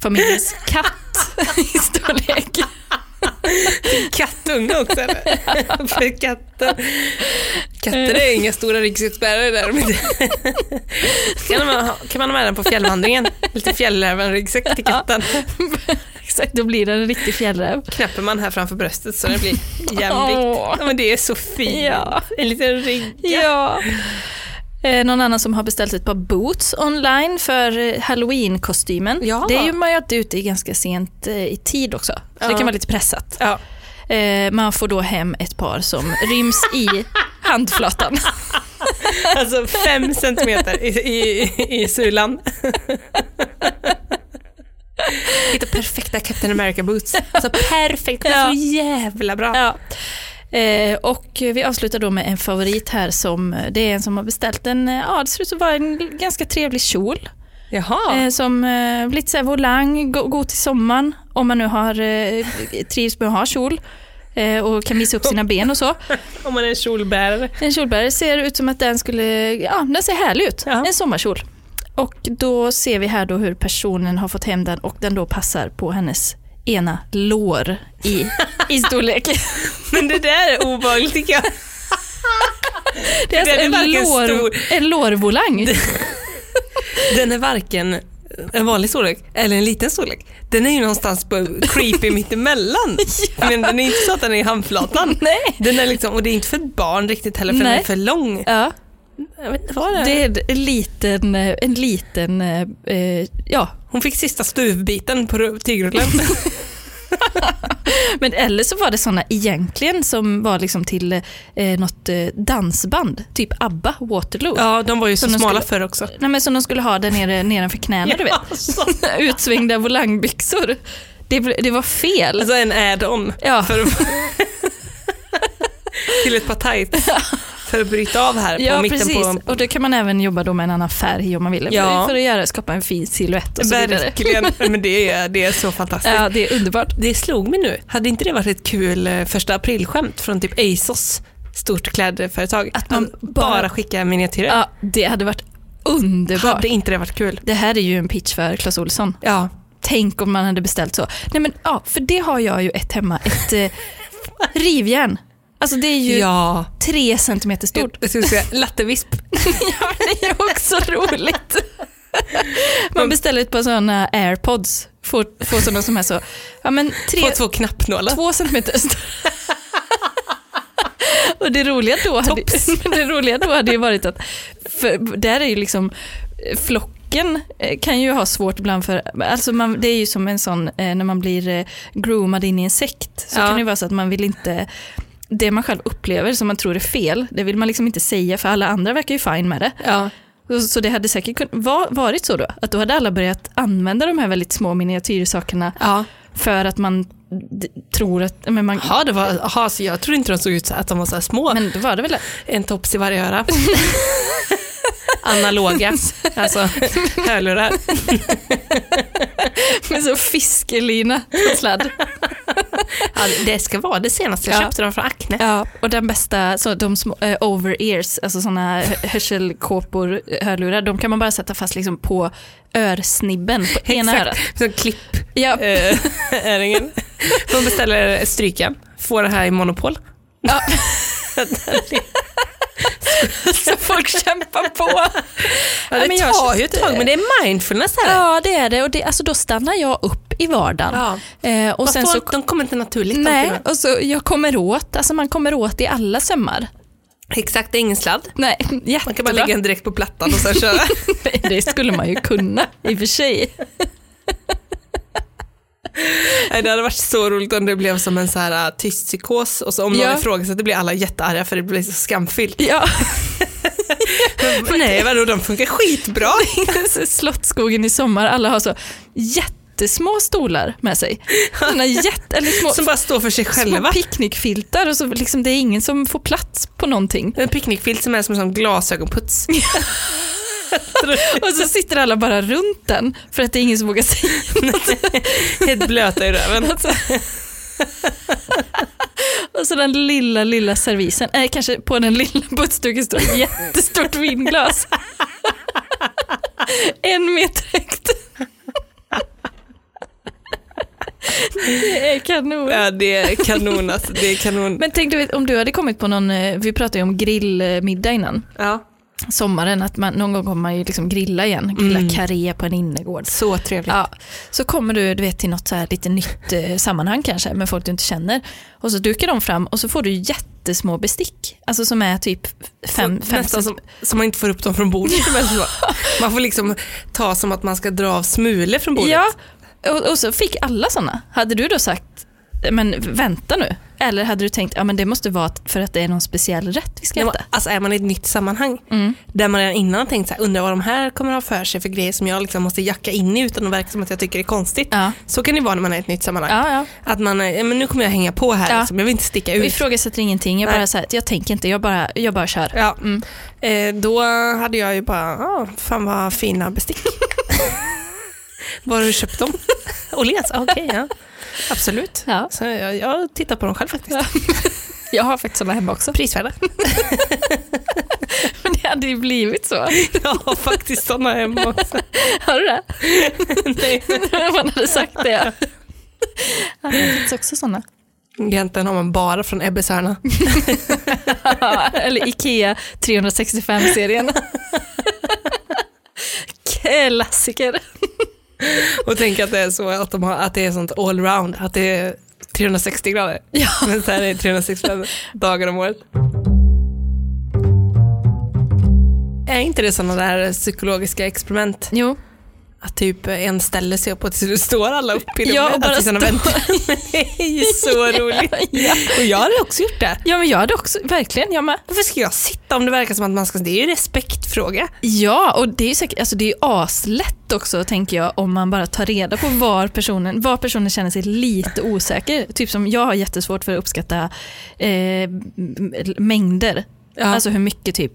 A: familjens katt i storlek. <laughs>
B: Kattunge också eller? För katter. Katter är inga stora ryggsäcksbärare där. Men det- kan, man ha, kan man ha med den på fjällvandringen? Lite fjällräven-ryggsäck till katten.
A: Exakt, då blir den en riktig fjällräv.
B: Knäpper man här framför bröstet så det blir jämvikt.
A: Åh.
B: Ja, men det är så fint.
A: Ja.
B: En liten rygga.
A: Ja. Eh, någon annan som har beställt ett par boots online för eh, halloween-kostymen.
B: Ja.
A: Det är ju man ju alltid ute i ganska sent eh, i tid också. Så det
B: Ja.
A: kan vara lite pressat.
B: Ja.
A: Eh, man får då hem ett par som ryms
B: <laughs>
A: i handflatan.
B: Alltså fem centimeter i, i, i sulan. Hitta perfekta Captain America boots. Alltså perfekt,
A: Ja.
B: så jävla bra.
A: Ja. Eh, och vi avslutar då med en favorit här som eh, det är en som har beställt en, eh, ja det ser ut att vara en ganska trevlig kjol.
B: Jaha.
A: Eh, som eh, lite såhär volang, gå, gå till sommaren om man nu har eh, trivs med att ha kjol. eh, och kan visa upp sina ben och så.
B: Om man är en kjolbärare.
A: En kjolbärare ser ut som att den skulle, ja den ser härlig ut,
B: Ja.
A: en sommarkjol. Och då ser vi här då hur personen har fått hem den och den då passar på hennes ena lår i, i
B: <laughs>
A: storlek.
B: Men det där är obehagligt tycker jag.
A: Det är alltså
B: Den är
A: en,
B: varken
A: lår,
B: stor-
A: en
B: <laughs>
A: lårvolang.
B: Den är varken en vanlig storlek eller en liten storlek. Den är ju någonstans på creepy mittemellan. Men den är inte så att den är i handflatan.
A: Nej.
B: Den är liksom, och det är inte för ett barn riktigt heller för den
A: Nej.
B: är för lång.
A: Ja,
B: Jag vet inte vad det är.
A: det är en liten, eh, en liten eh, eh, ja,
B: Hon fick sista stuvbiten på ru- tygrullen.
A: Men eller så var det sådana egentligen som var liksom till eh, något eh, dansband, typ ABBA, Waterloo.
B: Ja, de var ju så
A: Som de
B: smala
A: skulle-
B: förr också. Alltså.
A: Nej, men som de skulle ha där nere nedanför knäna,
B: <laughs>
A: du vet. <laughs>
B: Ja, så-
A: Utsvängda volangbyxor. Det, ble- det var fel.
B: Alltså en add-on
A: ja.
B: <laughs> till ett par tights för att bryta av här på
A: Ja,
B: mitten
A: precis.
B: på...
A: Och då kan man även jobba då med en annan färg om man vill.
B: Ja.
A: För att göra, skapa en fin silhuett och så vidare.
B: Verkligen, men det är, det är så fantastiskt.
A: Ja, det är underbart.
B: Det slog mig nu, hade inte det varit ett kul eh, första aprilskämt från typ ASOS, stort klädföretag? Att
A: man
B: bara,
A: bara
B: skickar miniatyrer.
A: Ja, det hade varit underbart.
B: hade inte det varit kul?
A: Det här är ju en pitch för Clas Olsson.
B: Ja,
A: Tänk om man hade beställt så. Nej men ja, för det har jag ju ett hemma, ett <laughs> eh, rivjärn. Alltså det är ju
B: ja.
A: tre centimeter
B: Jag,
A: stort.
B: jag skulle säga lattevisp.
A: <laughs> ja, men <laughs> det är också <laughs> roligt. Man beställer ett par sådana airpods, får, får sådana som är så, ja men tre,
B: På två knappnålar.
A: två centimeter <laughs> stora. Och det roliga, då hade,
B: Tops.
A: men <laughs> det roliga då hade ju varit att, för där är ju liksom eh, flocken eh, kan ju ha svårt ibland för, alltså man, det är ju som en sån, eh, när man blir eh, groomad in i en sekt, så
B: Ja.
A: kan det ju vara så att man vill inte, det man själv upplever som man tror är fel, det vill man liksom inte säga för alla andra verkar ju fine med det.
B: Ja.
A: Så- Så det hade säkert kun, va- varit så då, att då hade alla börjat använda de här väldigt små miniatyrsakerna
B: Ja.
A: för att man d- tror att, men man,
B: Jaha, det var, aha, så jag tror inte de såg ut så att de var så här
A: <laughs>
B: små.
A: men då var det väl
B: En tops i varje
A: <laughs>
B: öra. Analoga, alltså hörlurar.
A: med så fiskelina på sladd.
B: Ja, det ska vara det senaste, jag
A: Ja.
B: köpte dem från Acne.
A: <laughs> Ja, och den bästa, så de små eh, over-ears, alltså sådana hörselkåpor, hörlurar, de kan man bara sätta fast liksom på örsnibben på ena örat.
B: Så klipp
A: Ja,
B: eh, <laughs> öringen. De beställer strykan, får det här i monopol. <laughs>
A: ja. så folk kämpar på.
B: Ja,
A: Nej,
B: det
A: men jag
B: tar ju ett
A: köpte-
B: tag, men det är mindfulness här.
A: Ja, det är det. Och det, alltså, då stannar jag upp i vardagen. Eh, och
B: Och
A: sen så,
B: de kommer inte naturligt.
A: nej,
B: alltid.
A: och så jag kommer åt, alltså man kommer åt i alla sömmar.
B: Exakt, det är ingen sladd.
A: Nej,
B: Man kan bara
A: jättebra. <laughs>
B: lägga den direkt på plattan och sen <laughs> köra.
A: Nej, Det skulle man ju kunna i och för sig.
B: Nej, det hade varit så roligt om det blev som en så här uh, tyst psykos och så om
A: Ja.
B: någon ifrågasätter blir alla jättearga för det blir så skamfyllt.
A: Ja,
B: Nej, vadå, de funkar skitbra.
A: så <laughs> Slottsskogen i sommar, alla har så jättesmå stolar med sig. Såna jätte, eller små,
B: Som bara står för sig
A: små
B: själva.
A: picknickfiltar och så liksom, det är ingen som får plats på någonting.
B: En picknickfilt som är som en sån glasögonputs.
A: Och så sitter alla bara runt den för att det är ingen som vågar <laughs> säga
B: <laughs> Helt blöta i röven.
A: något. Och så den lilla, lilla servisen, nej kanske på den lilla buttstuken står ett jättestort vinglas. <laughs> En meter högt. <laughs> Det är kanon.
B: Ja, det är kanon alltså. Det är kanon.
A: Men tänk du, om du hade kommit på någon, eh, vi pratade ju om grillmiddag innan,
B: Ja.
A: sommaren, att man, någon gång kommer man ju liksom grilla igen, grilla
B: Mm.
A: karré på en innergård.
B: Så trevligt.
A: Ja, så kommer du, du vet, till något så här lite nytt eh, sammanhang kanske med folk du inte känner och så dukar de fram och så får du jättesmå bestick, alltså som är typ fem,
B: Så-
A: fem
B: nästan
A: cent-
B: som, som man inte får upp dem från bordet. Men så- man får liksom ta som att man ska dra av smulor från bordet.
A: Ja, och, och så fick alla sådana. Hade du då sagt, men vänta nu, eller hade du tänkt, ja men det måste vara att- för att det är någon speciell rätt vi ska
B: När man-
A: äta?
B: Alltså är man i ett nytt sammanhang
A: Mm.
B: där man redan innan har tänkt så här, undrar vad de här kommer ha för sig för grejer som jag liksom måste jacka in i utan att verka som att jag tycker det är konstigt.
A: Ja.
B: Så kan det vara när man är i ett nytt sammanhang.
A: Ja, ja.
B: Att man, är, "Ja, men nu kommer jag hänga på här,
A: Ja.
B: liksom. jag vill inte sticka
A: Vi
B: ut.
A: ifrågasätter ingenting, jag
B: Nej.
A: bara, så här, jag tänker inte, jag bara, jag bara kör.
B: Ja. Eh, då hade jag ju bara, ah, fan vad <laughs> fina bestick. Var har du köpt dem? Åhléns? Ah, Okej, ja. Absolut.
A: Ja.
B: Så jag, jag tittar på dem själv faktiskt.
A: Jag har faktiskt sådana hemma också.
B: <laughs> Prisvärda.
A: Men det hade ju blivit så.
B: Jag har faktiskt sådana hemma också.
A: <laughs> Har <laughs> du det?
B: <laughs> Nej.
A: Om man hade sagt det. <laughs> Ja, det finns också sådana.
B: Egentligen har man bara från Ebbes hörna.
A: <laughs> Eller Ikea 365-serien. Klassiker.
B: Och tänk att det är så att, de har, att det är sånt allround, att det är 360 grader.
A: <laughs> Ja.
B: Men så här är det 365 dagar om året. Är inte det sådana där psykologiska experiment?
A: Jo.
B: Att typ en ställer sig upp och till slut står alla upp i rummet.
A: Ja, och bara
B: att tills de
A: står.
B: väntar. <laughs> Det är ju så roligt.
A: <laughs> Ja.
B: Och jag hade också gjort det.
A: ja, men jag hade också, verkligen, jag med.
B: Varför ska jag sitta om det verkar som att man ska... Det är ju en respektfråga.
A: Ja, och det är ju säkert, alltså det är ju aslätt också tänker jag om man bara tar reda på var personen, var personen känner sig lite osäker. Typ som jag har jättesvårt för att uppskatta eh, m- mängder.
B: Ja.
A: Alltså hur mycket typ,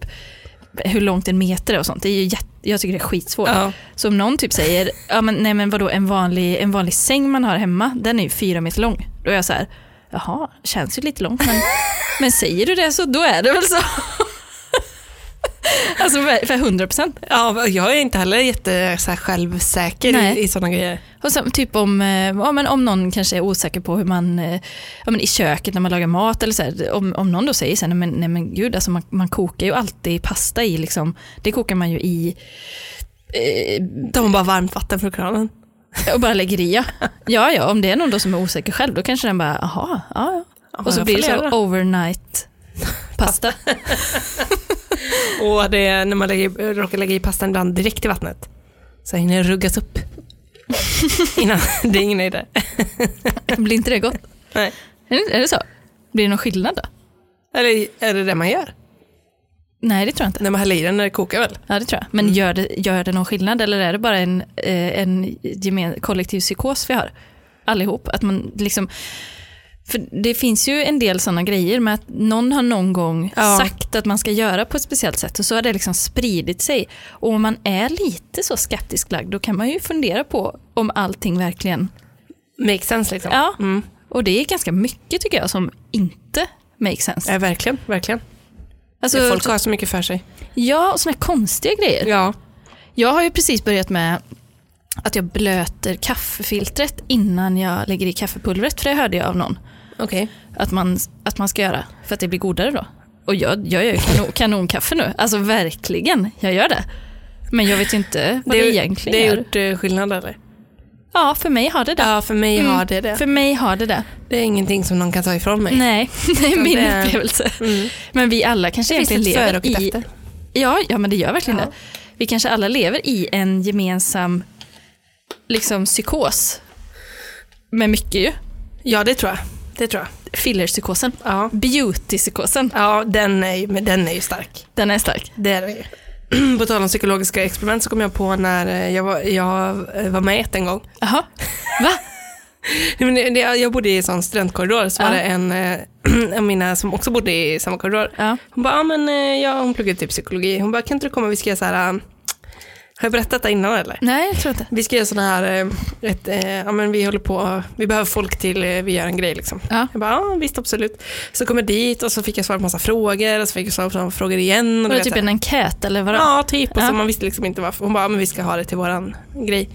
A: hur långt en meter är och sånt. Det är ju jätte, jag tycker det är skitsvårt.
B: Ja.
A: Så om någon typ säger, ja men nej men vadå en vanlig, en vanlig säng man har hemma, den är ju fyra meter lång. Då är jag så här, jaha, känns ju lite långt men, men säger du det så då är det väl så. <laughs> Alltså för för 100 procent.
B: Ja, jag är inte heller jätte så här, självsäker
A: Nej.
B: i, i sådana grejer.
A: Och sen, typ om, eh, ja, men om någon kanske är osäker på hur man, eh, ja, men i köket när man lagar mat eller så här, om, om någon då säger så här, nej men, nej, men gud, alltså man, man kokar ju alltid pasta i, liksom, det kokar man ju i eh,
B: De har bara varmt vatten från kranen.
A: och bara lägger i. Ja, ja, ja om det är någon då som är osäker själv, då kanske den bara, aha, ja, ja. Och så
B: jag
A: blir det
B: får
A: så
B: leva.
A: overnight pasta.
B: Och det är när man lägger, råkar lägga i pastan ibland direkt i vattnet. Så hinner den ruggas <laughs> upp. Innan det är ingen idé.
A: Blir inte det gott?
B: Nej.
A: Är det, är det så? Blir det någon skillnad då?
B: Eller är det det man gör?
A: Nej, det tror jag inte.
B: När man häller i den när det kokar väl?
A: Ja, det tror jag.
B: Mm.
A: Men gör det, gör det någon skillnad eller är det bara en, eh, en gemen, kollektiv psykos vi har? Allihop. Att man liksom, för det finns ju en del sådana grejer med att någon har någon gång
B: Ja.
A: sagt att man ska göra på ett speciellt sätt och så har det liksom spridit sig. Och om man är lite så skeptisk lagd då kan man ju fundera på om allting verkligen...
B: Make sense liksom.
A: Ja,
B: Mm.
A: och det är ganska mycket tycker jag som inte makes sense.
B: Ja, verkligen, verkligen.
A: Alltså,
B: Folk har så mycket för sig.
A: ja, och sådana konstiga grejer.
B: Ja.
A: Jag har ju precis börjat med att jag blöter kaffefiltret innan jag lägger i kaffepulvret, för det hörde jag av någon
B: Okej.
A: att man, att man ska göra, för att det blir godare då. Och jag, jag gör ju kanon, kanonkaffe nu, alltså verkligen, jag gör det. Men jag vet ju inte vad det, egentligen
B: Det har
A: gör.
B: gjort eh, skillnad eller?
A: Ja, för mig har det det.
B: Ja, för mig
A: Mm.
B: har det det.
A: För mig har det det.
B: Det är ingenting som någon kan ta ifrån mig.
A: Nej, <laughs> det är min
B: Det-
A: upplevelse.
B: Mm.
A: Men vi alla kanske
B: Det finns
A: egentligen
B: ett före och
A: lever
B: ett
A: i...
B: efter.
A: Ja, ja, men det gör verkligen
B: Ja.
A: det. Vi kanske alla lever i en gemensam liksom, psykos. Med mycket ju.
B: Ja, det tror jag. Det tror jag.
A: Fillerpsykosen.
B: Ja,
A: Beautypsykosen.
B: ja den, är, ju- men den är ju stark.
A: Den är stark.
B: Det är det ju. <clears throat> På tal om psykologiska experiment så kom jag på när eh, jag var, jag eh, var med i ett en gång.
A: Jaha. Va?
B: Nej, men det- det- Jag bodde i en sån studentkorridor, så
A: Ja.
B: var det en eh, <clears throat> av mina som också bodde i samma korridor.
A: Ja.
B: Hon bara, ja, men, eh, ja, hon pluggade typ psykologi. Hon bara, kan inte du komma, vi ska göra så här, eh, har jag berättat det innan eller?
A: Nej, jag tror inte.
B: Vi ska göra sådana här, eh, ett, eh, ja men vi håller på, vi behöver folk till, eh, vi gör en grej liksom.
A: Ja.
B: Jag bara, ja visst absolut. Så kommer jag dit och så fick jag svara på massa frågor och så fick jag svara på samma frågor igen.
A: Var
B: Och du
A: det
B: vet
A: typ
B: så här.
A: en enkät eller vadå?
B: Ja, typ. Och
A: Ja.
B: så man visste liksom inte varför. Hon bara, "Ja, men vi ska ha det till våran grej.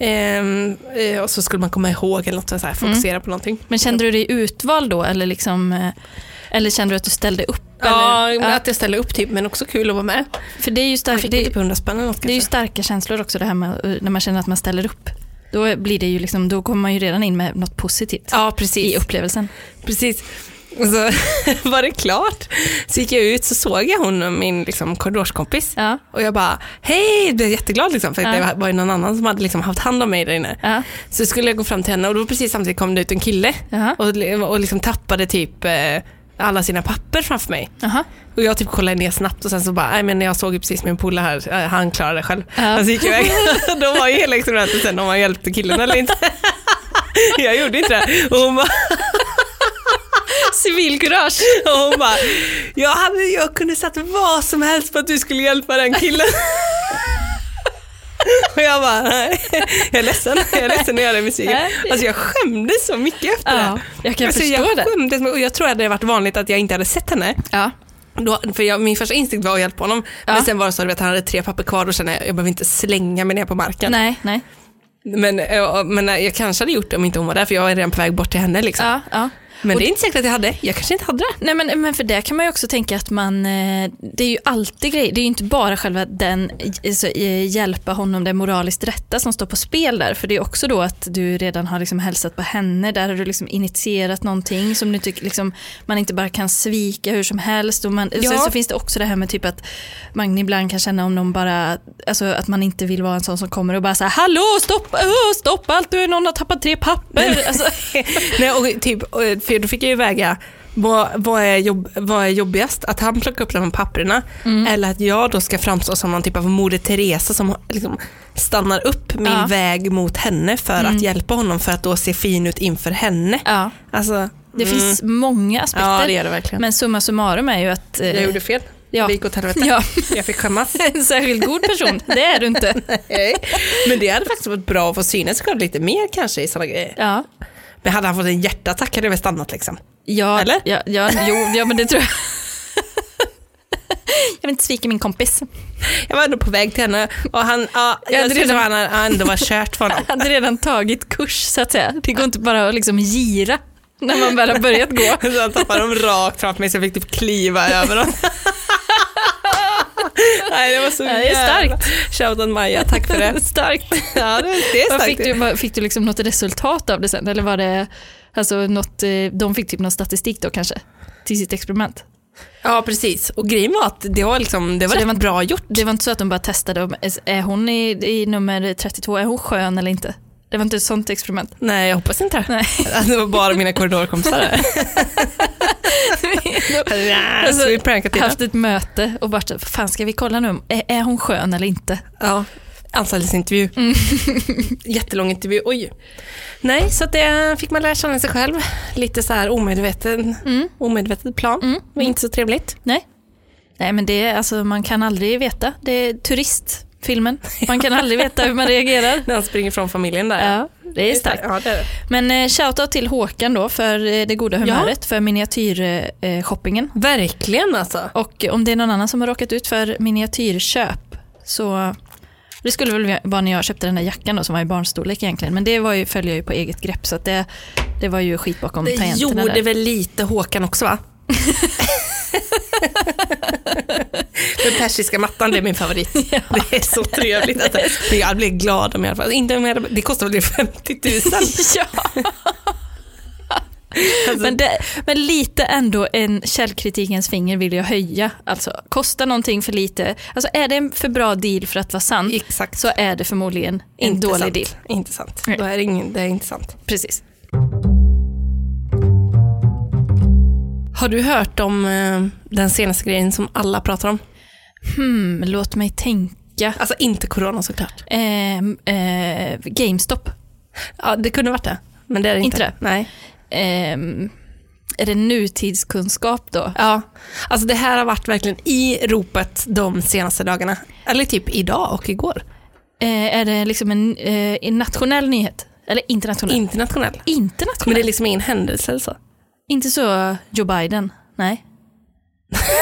B: Ehm, eh, och så skulle man komma ihåg eller något, så här, fokusera
A: Mm.
B: på någonting.
A: Men kände du dig utvald då eller liksom... eh, Eller kände du att du ställde upp?
B: Ja,
A: eller?
B: men att jag ställer upp typ, men också kul att vara med.
A: För det är ju
B: Jag
A: starkt.
B: fick
A: Det,
B: typ 100 spänn eller något
A: det är ju
B: kanske.
A: starka känslor också det här med eh, när man känner att man ställer upp. Då blir det ju liksom, då kommer man ju redan in med något positivt
B: Ja,
A: i
B: precis.
A: upplevelsen.
B: precis. Och så <laughs> var det klart. Så gick jag ut så såg jag hon och min liksom, korridorskompis.
A: Ja.
B: Och jag bara, hej, blev jätteglad liksom, för att
A: Ja.
B: det var ju någon annan som hade liksom, haft hand om mig där inne.
A: Ja.
B: Så skulle jag gå fram till henne och då precis samtidigt kom det ut en kille
A: Jaha.
B: och, och liksom tappade typ eh, alla sina papper framför mig. <laughs>
A: Jaha.
B: Och jag typ kollade ner snabbt och sen så bara, nej men jag såg ju precis min polare här, eh, han klarade det själv.
A: Ja.
B: Han så gick jag iväg. <laughs> Då var ju hela experimentet sen om man hjälpte killen
A: <laughs>
B: eller inte. Jag gjorde inte det. Och hon bara,
A: Civilkurage.
B: och <laughs> hon bara jag, hade, jag kunde satt vad som helst på att du skulle hjälpa den killen. <laughs> Och jag bara, nej, jag är ledsen, jag är ledsen att göra musik. Alltså jag skämdes så mycket efter
A: Ja,
B: det.
A: jag kan
B: alltså,
A: förstå
B: jag
A: det.
B: Skämdes, och jag tror att det hade varit vanligt att jag inte hade sett henne.
A: Ja.
B: Då, för jag, min första instinkt var att hjälpa honom,
A: Ja.
B: men sen var det så att han hade tre papper kvar och sen jag, jag behöver inte slänga mig ner på marken.
A: Nej, nej.
B: Men, eh, men eh, jag kanske hade gjort det om inte hon var där för jag var redan på väg bort till henne. Liksom.
A: Ja, ja.
B: Men det är inte säkert att jag hade, jag kanske inte hade det.
A: Nej men, men för det kan man ju också tänka att man, eh, det är ju alltid grejer, det är ju inte bara själva den, alltså, eh, hjälpa honom det moraliskt rätta som står på spel där, för det är också då att du redan har liksom hälsat på henne, där har du liksom initierat någonting som du tycker liksom, man inte bara kan svika hur som helst. Och man,
B: Ja.
A: Sen så finns det också det här med typ att man ibland kan känna om någon bara, alltså att man inte vill vara en sån som kommer och bara säger hallå stopp, uh, stopp allt, du, någon har tappat tre
B: <laughs>
A: papper. Alltså, <laughs>
B: Nej, och typ, och, för då fick jag ju väga, vad, vad, är jobb, vad är jobbigast? Att han plockar upp de här papperna
A: Mm.
B: eller att jag då ska framstå som någon typ av Moder Teresa som liksom stannar upp min
A: Ja. Mm.
B: väg mot henne för att hjälpa honom för att då se fin ut inför henne.
A: ja.
B: Alltså,
A: Det finns många aspekter.
B: Ja, det gör det verkligen.
A: Men summa summarum är ju att... eh,
B: jag gjorde fel.
A: ja.
B: Det gick åt helvete.
A: <laughs> Ja.
B: Jag fick
A: <laughs>
B: skämmas.
A: en särskilt god person, det är du inte.
B: <laughs> Nej. Men det hade faktiskt varit bra att få synas själv lite mer kanske i sådana grejer.
A: Ja,
B: Men hade han fått en hjärtattack hade det väl stannat liksom.
A: ja,
B: Eller?
A: Ja, ja, jo, ja, men det tror jag. Jag vill inte svika min kompis.
B: Jag var ändå på väg till henne och han, ja,
A: Jag
B: jag
A: hade
B: tyckte
A: redan-
B: att han han ändå var kört för honom.
A: Jag hade redan tagit kurs så att säga. Det går inte bara att liksom gira när man väl har börjat gå.
B: Så han tappade dem rakt framför mig så jag fick typ kliva över dem. Nej det var så
A: Ja, det är
B: jävla- Shoutout Maja, tack <laughs>
A: <laughs>
B: för det.
A: Starkt.
B: <laughs> Ja det, det är
A: Vad
B: starkt.
A: Fick du, vad- fick du liksom något resultat av det sen? Eller var det, alltså något, eh, de fick typ någon statistik då kanske? Till sitt experiment?
B: Ja precis, och grejen var att det var, liksom, det var
A: Så det
B: rätt
A: var inte-
B: bra gjort.
A: Det var inte så att de bara testade om är hon i, i nummer 32, är hon skön eller inte? Det var inte ett sånt experiment.
B: Nej jag hoppas inte det.
A: Nej.
B: Alltså, <laughs> det var bara mina korridorkompisar. alltså, vi prankade till
A: Haft ett möte och bara, vad fan ska vi kolla nu, om- är, är hon skön eller inte?
B: Ja, anställningsintervju.
A: Mm. <laughs>
B: Jättelång intervju, oj. Nej, så att det fick man lära känna sig själv. Lite så här omedveten,
A: Mm.
B: omedvetet plan. var inte så trevligt.
A: Nej. Nej men det är, alltså man kan aldrig veta. Det är turistfilmen. Man kan aldrig veta hur man reagerar.
B: När han springer från familjen där.
A: Ja, det är starkt.
B: <laughs> Ja, det är det.
A: Men eh, shoutout till Håkan då för eh, det goda humöret, för eh, miniatyrshoppingen.
B: Verkligen alltså.
A: Och om det är någon annan som har råkat ut för miniatyrköp så det skulle väl vara när jag köpte den där jackan då, som var i barnstorlek egentligen. Men det var ju, följer jag ju på eget grepp så att det, det var ju skit bakom
B: Det
A: tangenterna
B: gjorde
A: där.
B: väl lite Håkan
A: <laughs>
B: också va? Den persiska mattan det är
A: <laughs>
B: min favorit. Det är så trevligt. Alltså. Men jag blir glad om jag hade... Inte om jag hade det kostar väl typ Alltså- 50 000?
A: <laughs> ja. men, det, men lite ändå en källkritikens finger vill jag höja. Alltså kostar någonting för lite, alltså är det en för bra deal för att vara sann
B: Exakt.
A: så är det förmodligen en
B: Inte
A: dålig
B: sant.
A: deal.
B: Inte sant.
A: Nej.
B: Då är det, ingen, det är inte sant.
A: Precis.
B: Har du hört om eh, den senaste grejen som alla pratar om?
A: Hmm, låt mig tänka.
B: Alltså inte corona såklart.
A: Ehm, eh, GameStop.
B: Ja, det kunde varit det. Men det är det inte.
A: Inte det?
B: Nej.
A: Ehm, är det nutidskunskap då?
B: Ja, alltså det här har varit verkligen i ropet de senaste dagarna. Eller typ idag och igår.
A: Eh, är det liksom en, eh, en nationell nyhet? Eller internationell?
B: Internationell. Men
A: internationell?
B: det är liksom ingen händelse eller så.
A: Inte så Joe Biden? Nej.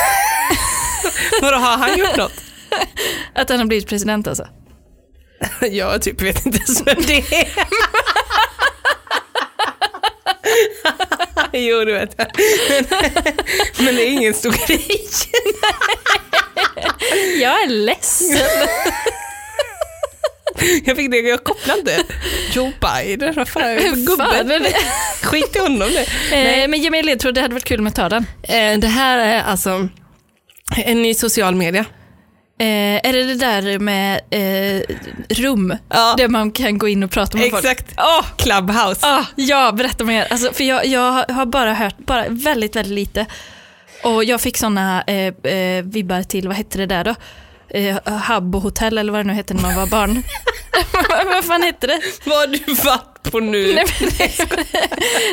B: <laughs> Vadå, har han gjort något?
A: Att han har blivit president alltså?
B: <laughs> Jag typ vet inte ens vem det är. <laughs> jo, du vet jag. Men, men det är ingen stor grej.
A: Jag är <laughs> ledsen.
B: Jag fick det, jag kopplade inte. Joe Biden, vad fan, är det?
A: Hur fan är
B: gubben.
A: det?
B: Skit i honom nu.
A: Eh, men ge mig en ledtråd, det hade varit kul med ta den.
B: Eh, Det här är alltså en ny social media.
A: Eh, är det det där med eh, rum?
B: Ja.
A: Där man kan gå in och prata med folk?
B: Exakt. Clubhouse.
A: Ah, ja, berätta mer. Alltså, för jag, jag har bara hört bara väldigt, väldigt lite. Och jag fick sådana eh, eh, vibbar till, vad hette det där då? Eh, Habbo hotell eller vad det nu hette när man var barn. <laughs> Vad- vad fan hette det?
B: Vad har du varit på
A: <laughs>
B: nu?
A: Nej, men det,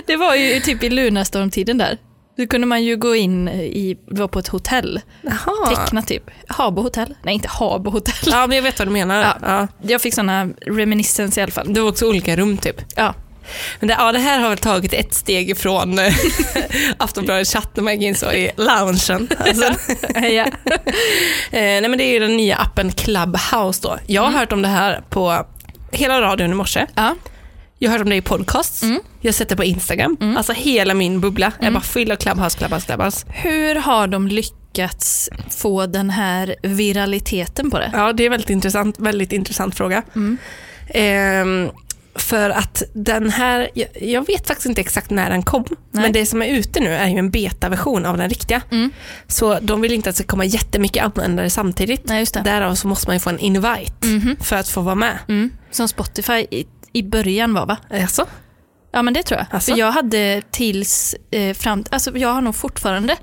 A: det var ju typ i lunarstormtiden där. Då kunde man ju gå in i, var på ett hotell,
B: Jaha.
A: teckna typ. Habo hotell? Nej, inte Habo hotell.
B: Ja, men jag vet vad du menar.
A: Ja.
B: Ja.
A: Jag fick sådana reminiscens i alla fall.
B: Det var också olika rum typ.
A: Ja,
B: Men det, ja, det här har väl tagit ett steg ifrån <laughs> eh, Aftonbladet chatt när man gick in så i loungen. Alltså,
A: ja.
B: <laughs> Eh, nej men det är ju den nya appen Clubhouse då. Jag har hört om det här på hela radion i morse.
A: ja.
B: Jag har hört om det i podcasts. Jag har sett det på Instagram. Alltså hela min bubbla är bara fylld av Clubhouse, Clubhouse, Clubhouse.
A: Hur har de lyckats få den här viraliteten på det?
B: Ja, det är väldigt intressant, väldigt intressant fråga.
A: Mm.
B: Ehm, för att den här, jag, jag vet faktiskt inte exakt när den kom, men det som är ute nu är ju en betaversion av den riktiga.
A: Mm.
B: Så de vill inte att det ska komma jättemycket användare samtidigt.
A: Nej, just det. Mhm.
B: Därav så måste man ju få en invite för att få vara med.
A: Mm. Som Spotify i, i början var va?
B: Alltså?
A: Ja men det tror jag.
B: Asså?
A: För jag hade tills eh, fram, alltså jag har nog fortfarande,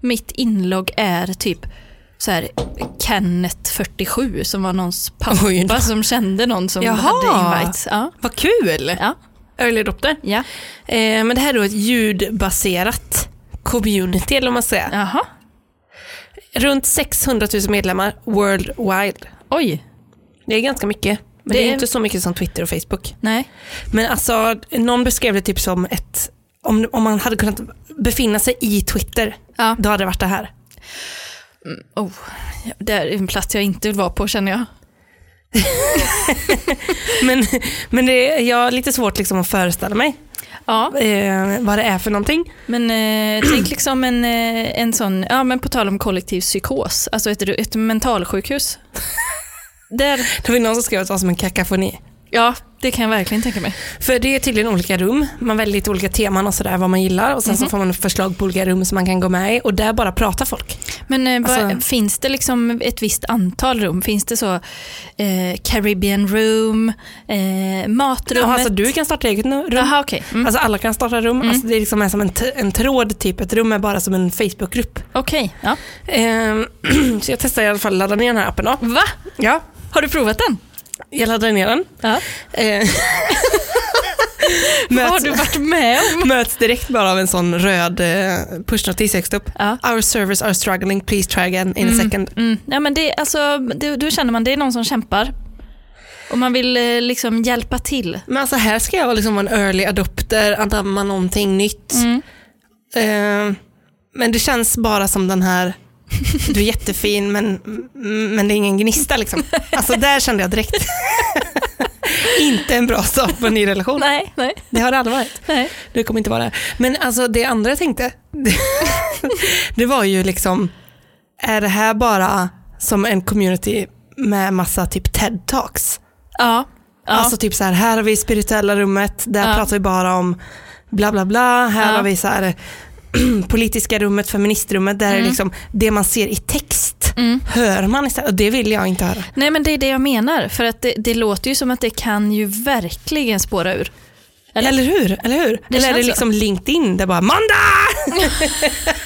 A: mitt inlogg är typ så här Kenneth47 som var någons
B: Oj
A: pappa
B: då.
A: som kände någon som
B: Jaha.
A: hade invites. Ja,
B: Vad kul!
A: ja,
B: Early adopter.
A: ja.
B: Eh, men det här är då ett ljudbaserat community eller vad man säger.
A: Jaha,
B: Runt 600 000 medlemmar worldwide.
A: oj,
B: Det är ganska mycket. Men
A: Det
B: det, är
A: är-
B: inte så mycket som Twitter och Facebook.
A: nej.
B: Men alltså, någon beskrev det typ som ett, om, om man hade kunnat befinna sig i Twitter,
A: Ja.
B: då hade det varit det här.
A: Oh, det är en plats jag inte vill vara på känner jag.
B: Men, <laughs> men det, jag har lite svårt liksom att föreställa mig
A: Ja,
B: eh, vad det är för någonting.
A: men eh, tänk liksom en, eh, en sån, ja men på tal om kollektiv psykos, alltså ett, ett mentalsjukhus. Där,
B: Det var någon som skrev att det var som en kakafoni.
A: ja, det kan jag verkligen tänka mig.
B: För det är tydligen olika rum, man väljer lite olika teman och sådär vad man gillar och sen så får man förslag på olika rum som man kan gå med i och där bara pratar folk.
A: Men eh, vad-
B: Alltså-
A: finns det liksom ett visst antal rum? Finns det så eh, Caribbean room, eh, matrummet?
B: Jaha, alltså du kan starta eget nu- rum.
A: Jaha, okej. Mm.
B: Alltså alla kan starta rum, alltså det är liksom är som en, t- en tråd typ, ett rum är bara som en Facebookgrupp.
A: Okej, ja.
B: Ehm, <clears throat> så jag testar i alla fall att ladda ner den här appen då.
A: Va?
B: Ja,
A: Har du provat den?
B: jag laddade ner den.
A: Ja.
B: Ehm,
A: Vad har
B: <laughs> möts,
A: du varit med om?
B: möts direkt bara av en sån röd eh, pushnotis högst upp.
A: Ja.
B: Our servers are struggling, please try again in a second.
A: Mm. Ja, men det, är- alltså, det, då känner man det är någon som kämpar. Och man vill eh, liksom hjälpa till.
B: Men alltså här ska jag liksom vara en early adopter, anamma någonting nytt. Ehm, men det känns bara som den här, du är jättefin men, mm, men det är ingen gnista liksom. Alltså där kände jag direkt, <laughs> inte en bra start på en ny relation.
A: Nej, nej,
B: Det har det aldrig varit.
A: nej.
B: Det kommer inte vara det. Men alltså det andra jag tänkte, <laughs> det, det var ju liksom, är det här bara som en community med massa typ TED-talks?
A: Ja. ja.
B: Alltså typ så här, här har vi spirituella rummet, där
A: Ja.
B: pratar vi bara om bla bla bla, här
A: Ja.
B: har vi så här <clears throat> politiska rummet, feministrummet, där
A: Mm.
B: är liksom det man ser i text hör man istället. Och det vill jag inte höra.
A: Nej men det är det jag menar. För att det, det låter ju som att det kan ju verkligen spåra ur.
B: Eller, hur? Eller hur?
A: Det
B: Eller är det
A: känns så.
B: liksom LinkedIn, där
A: <laughs>
B: bara
A: <laughs>
B: måndag!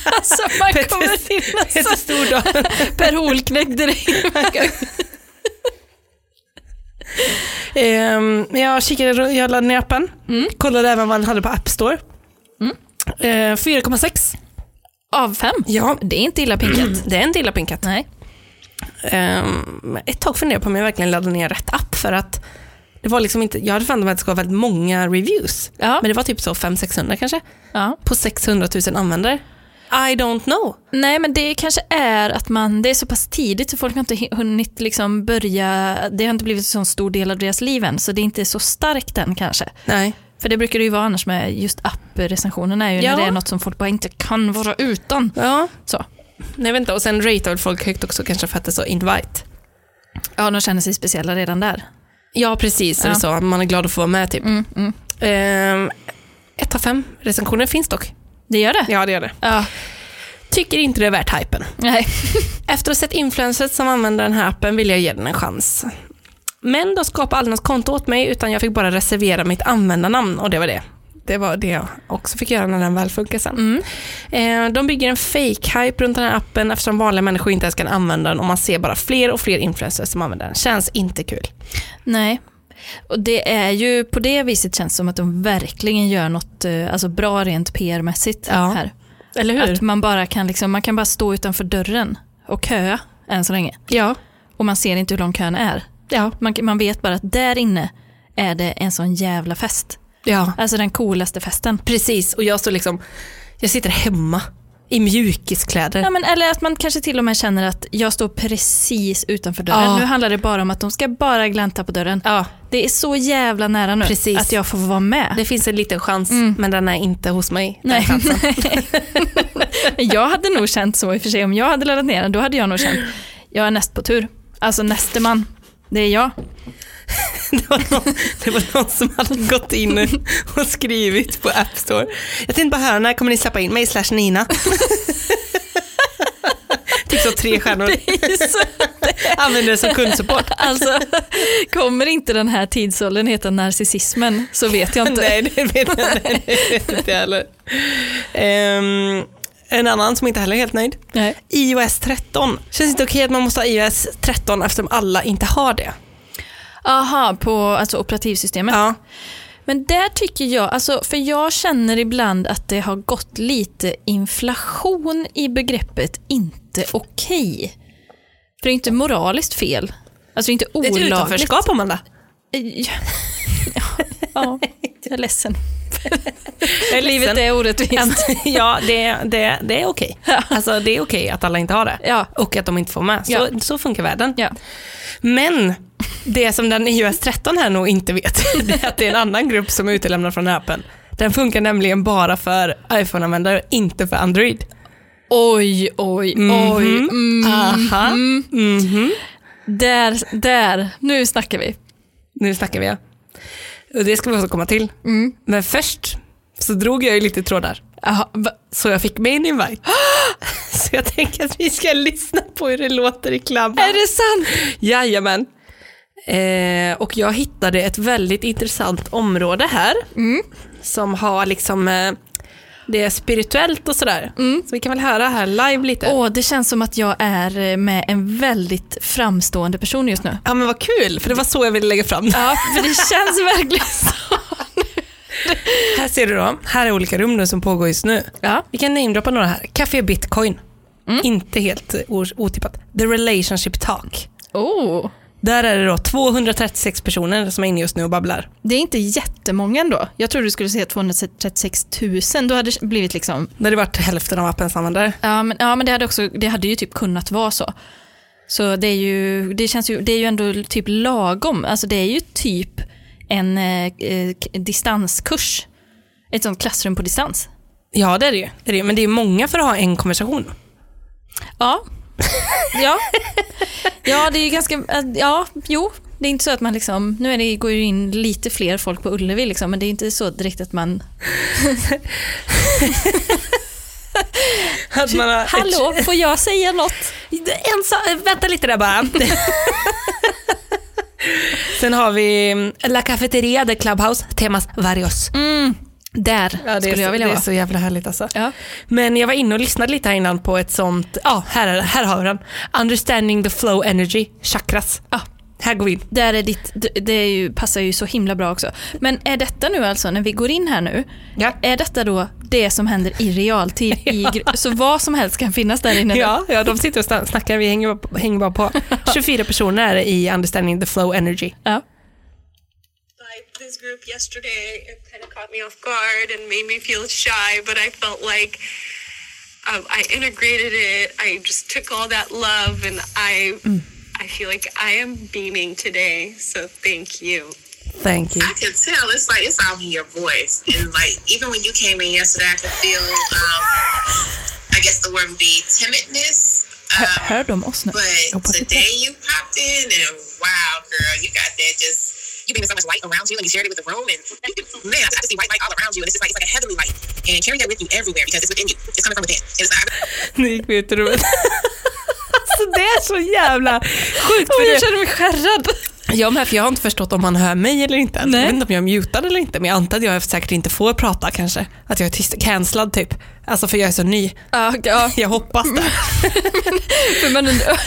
A: Alltså man kommer finnas
B: Petter Stordalen.
A: <laughs> Per Holknekt direkt.
B: <laughs> Ehm, jag kikade, ru- jag laddade ner appen,
A: Mm.
B: kollade även vad den hade på App Store. Ehm, 4,6.
A: Av fem?
B: Ja,
A: Det är inte illa pinkat.
B: <clears throat> det är en del av pinkat.
A: Nej.
B: Ehm, ett tag funderade jag på om jag verkligen laddade ner rätt app för att det var liksom inte, jag hade förväntat mig att det skulle vara väldigt många reviews.
A: Ja.
B: Men det var typ så 500-600 kanske,
A: Ja.
B: på 600 000 användare. I don't know.
A: Nej men det kanske är att man, det är så pass tidigt så folk har inte hin- hunnit liksom börja, det har inte blivit en sån stor del av deras liv än så det är inte så starkt än kanske.
B: Nej.
A: För det brukar det ju vara annars med just app-recensionerna är ju
B: Ja.
A: när det är något som folk bara inte kan vara utan.
B: Ja,
A: Så.
B: nej vänta, och sen ratear väl folk högt också kanske för att det är så invite.
A: Ja, de känner sig speciella redan där.
B: Ja, precis. Eller
A: Ja.
B: så, man är glad att få vara med typ.
A: Mm, mm.
B: Ehm, ett av fem recensioner finns dock.
A: Det gör det?
B: Ja, det gör det.
A: Ja.
B: Tycker inte det är värt hypen.
A: Nej.
B: Efter att ha sett influencers som använder den här appen vill jag ge den en chans. Men de skapade aldrig något konto åt mig utan jag fick bara reservera mitt användarnamn och det var det. Det var det jag också fick göra när den väl funkar sen. Eh, De bygger en fake-hype runt den här appen eftersom vanliga människor inte ens kan använda den och man ser bara fler och fler influencers som använder den. Känns inte kul.
A: Nej. Och det är ju på det viset känns det som att de verkligen gör något eh, alltså bra rent PR-mässigt
B: Ja.
A: här. Eller
B: hur?
A: Att man, bara kan liksom, man kan bara stå utanför dörren och köa än så länge.
B: Ja,
A: Och man ser inte hur lång kön är.
B: ja,
A: Man, man vet bara att där inne är det en sån jävla fest.
B: ja.
A: Alltså den coolaste festen.
B: Precis, och jag står liksom, jag sitter hemma i mjukiskläder.
A: Ja, men, eller att man kanske till och med känner att jag står precis utanför dörren.
B: Ja.
A: Nu handlar det bara om att de ska bara glänta på dörren.
B: Ja,
A: Det är så jävla nära nu
B: Precis.
A: att jag får vara med.
B: det finns en liten chans, men den är inte hos mig. den
A: Nej.
B: chansen.
A: <laughs> jag hade nog känt så i och för sig. Om jag hade laddat ner den, då hade jag nog känt jag är näst på tur. Alltså näste man, det är
B: <laughs>
A: jag.
B: Det var, någon, det var någon som hade gått in och skrivit på App Store. Jag tänkte bara höra, när kommer ni släppa in mig slash Nina? <laughs> Typ så tre stjärnor.
A: Precis.
B: Använder det som kundsupport.
A: Alltså, kommer inte den här tidsåldern heta narcissismen så vet jag inte.
B: <laughs> Nej, det vet jag, <laughs> nej, det vet jag inte heller. Ehm, en annan som inte heller är helt nöjd.
A: Nej.
B: iOS 13. Känns inte okej att man måste ha iOS 13 eftersom alla inte har det?
A: Aha, på alltså operativsystemet.
B: Ja,
A: Men där tycker jag, alltså, för jag känner ibland att det har gått lite inflation i begreppet inte okej. För det är inte moraliskt fel. Alltså det är inte
B: det är ett
A: olagligt.
B: utanförskap Amanda.
A: <laughs> Ja, ja, jag är ledsen.
B: Jag är
A: Livet är orättvist.
B: Ja, det, <laughs> det, det är okej. Alltså, det är okej att alla inte har det.
A: Ja.
B: Och att de inte får med. Så,
A: Ja.
B: så funkar världen.
A: Ja.
B: Men det som den iOS 13 här nog inte vet, <laughs> det är att det är en annan grupp som är utelämnad från appen. Den funkar nämligen bara för iPhone-användare, inte för Android.
A: Oj, oj, oj. Mm.
B: Aha. Mhm.
A: Där, där, nu snackar vi.
B: Nu snackar vi. ja. Och det ska vi också komma till. Men först så drog jag ju lite trådar.
A: Mm. Aha, va?
B: Så jag fick mig en invite. <gasps> så jag tänker att vi ska lyssna på hur det låter i klabban.
A: Är det sant?
B: Jajamän. Eh, och jag hittade ett väldigt intressant område här. Som har liksom, eh, det är spirituellt och sådär. Så vi kan väl höra här live lite.
A: Åh, det känns som att jag är eh, med en väldigt framstående person just nu.
B: Ja men vad kul, för det var så jag ville lägga fram det.
A: Ja, för det känns verkligen så.
B: <laughs> Här ser du då, här är olika rum nu som pågår just nu.
A: <laughs> Ja.
B: Vi kan namedroppa några här. Café Bitcoin. Inte helt eh, o- otippat. The Relationship Talk.
A: Oh.
B: Där är det då 236 personer som är inne just nu och babblar.
A: Det är inte jättemånga ändå. Jag trodde du skulle säga 236 000. Då hade det blivit liksom...
B: Det hade varit hälften av appens användare.
A: Ja, men, ja, men det, hade också, det hade ju typ kunnat vara så. Så det är ju, det känns ju, det är ju ändå typ lagom. Alltså det är ju typ en eh, eh, k- distanskurs. Ett sånt klassrum på distans.
B: Ja, det är det ju. Det är det. ju. Men det är många för att ha en konversation. <laughs>
A: Ja. Ja. Ja, det är ju ganska... eh, Ja, jo. Det är inte så att man liksom... Nu är det, går ju in lite fler folk på Ullevi liksom, men det är inte så direkt att
B: <laughs>
A: man...
B: Att man har ett-
A: Hallå, får jag säga något?
B: En sa- vänta lite där <laughs> bara. Sen har vi mm, La Cafeteria de Clubhouse, temas Varios.
A: Där skulle jag vilja
B: Mm. det är
A: vara.
B: så jävla härligt alltså.
A: Ja.
B: Men jag var inne och lyssnade lite här innan på ett sånt, ja här, är det, här har vi den. Understanding the flow energy, chakras. Ja, här går vi in.
A: Där är ditt, det- det är ju, passar ju så himla bra också. Men är detta nu alltså, när vi går in här nu,
B: Ja.
A: är detta då det som händer i realtid?
B: <laughs>
A: I, gr- så vad som helst kan finnas där inne? nu?
B: Ja, <laughs> ja, de sitter och stan- snackar, vi hänger bara, på- hänger bara <laughs> på. 24 personer är det i Understanding the flow energy.
A: Ja.
D: like this group yesterday. It kind of caught me off guard and made me feel shy, but I felt like um, I integrated it. I just took all that love, and I I feel like I am beaming today. So thank you.
B: Thank you.
E: I can tell. It's like it's all in your voice, and like even when you came in yesterday, I could feel. Um, I guess the word would be timidness. Um,
A: Hör de oss nu?
E: but
B: but-
E: today you popped in, and wow, girl, you got that just. You bring so much light around you, and you shared it with the room, and man, I just see white light all around you, and it's just like it's like a heavenly light, and carry that with you everywhere because it's within you. It's coming from within. It's not.
B: Nu gick vi ut ur
A: <laughs>
B: rummet. Alltså det är så jävla sjukt. För
A: Oj, jag
B: det.
A: känner mig skärrad.
B: Jag med, för jag har inte förstått om han hör mig eller inte.
A: Nej.
B: Jag vet inte om jag är mutad eller inte, men jag antar att jag säkert inte får prata kanske. Att jag är tyst, cancellad typ. Alltså för jag är så ny.
A: Ja,
B: <laughs>
A: ja,
B: Jag hoppas det.
A: för man undrar-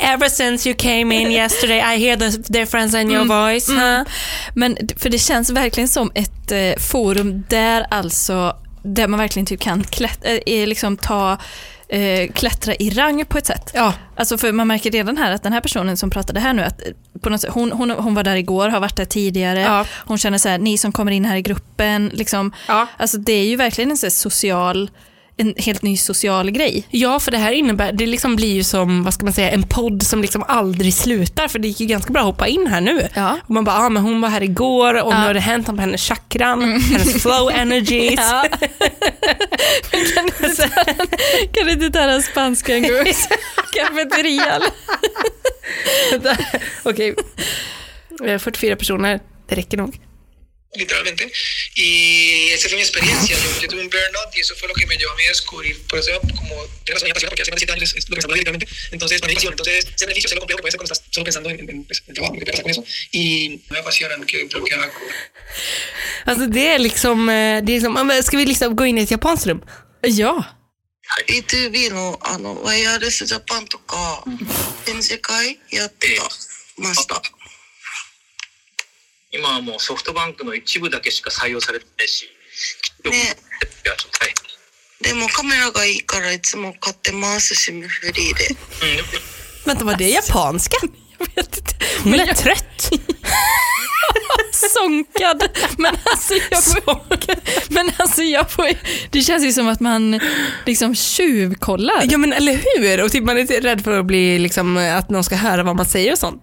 B: Ever since you came in yesterday I hear the difference in your voice. huh?
A: Men d- för det känns verkligen som ett eh, forum där alltså där man verkligen typ kan klättra, eh, liksom ta, eh, klättra i rang på ett sätt.
B: Ja.
A: Alltså för man märker redan här att den här personen som pratade här nu, att eh, på något sätt, hon, hon, hon var där igår, har varit där tidigare.
B: Ja.
A: Hon känner så här, ni som kommer in här i gruppen, liksom.
B: Ja.
A: alltså det är ju verkligen en så här social, en helt ny social grej.
B: Ja, för det här innebär, det liksom blir ju som, vad ska man säga, en podd som liksom aldrig slutar, för det gick ju ganska bra att hoppa in här nu.
A: Ja.
B: Och man bara, ah, men hon var här igår och nu har det hänt om hennes chakran, hennes flow <laughs> energies.
A: <laughs> Kan du inte ta den spanskan
B: <laughs>
A: Gus? Cafeterian.
B: Okej, Vi har Eh, 44 personer, det räcker nog.
F: literalmente. Y esa fue mi experiencia. Yo, yo tuve un burnout y eso fue lo que me llevó a mí a descubrir. Por eso, como tengo una pasión porque hace más de 7 años es, es lo que me está hablando literalmente. Entonces, para mí, pasión. Entonces, ese beneficio es lo complejo que puede ser cuando estás solo pensando en, en, en, pues, en el trabajo, lo que te pasa con eso. Y me apasiona, que creo que hago.
B: Alltså det är liksom, eh, det är liksom ah, men ska vi liksom gå in i ett japanskt rum?
A: Ja.
G: ETV のあのワイヤレスジャパンとか展示会やってたました。
H: 今はもうソフトバンクの一部だけしか採用されてないし、きっと
G: ね
H: いやちょっと大
G: でもカメラがいいからいつも買ってますシムフリーで。
H: 変うん、でも
B: Vänta, var det japanska?
A: Alltså. <laughs> Jag vet inte.
B: Hon är trött.
A: Sånkad. Men alltså, jag får, men alltså jag får, det känns ju som att man liksom tjuvkollar.
B: Ja men eller hur? Och typ man är rädd för att bli liksom, eh, att någon ska höra vad man säger och sånt.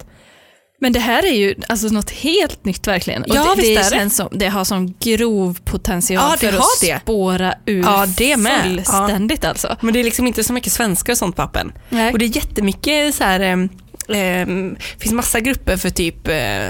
A: Men det här är ju alltså något helt nytt verkligen. Och
B: Ja,
A: det,
B: visst är det.
A: Känns som, det har som grov potential
B: Ja, det
A: för att
B: har det.
A: spåra ur
B: Ja, det med.
A: fullständigt alltså.
B: Men det är liksom inte så mycket svenska och sånt på appen.
A: Nej.
B: Och det är jättemycket så här, ehm, ehm, finns massa grupper för typ eh,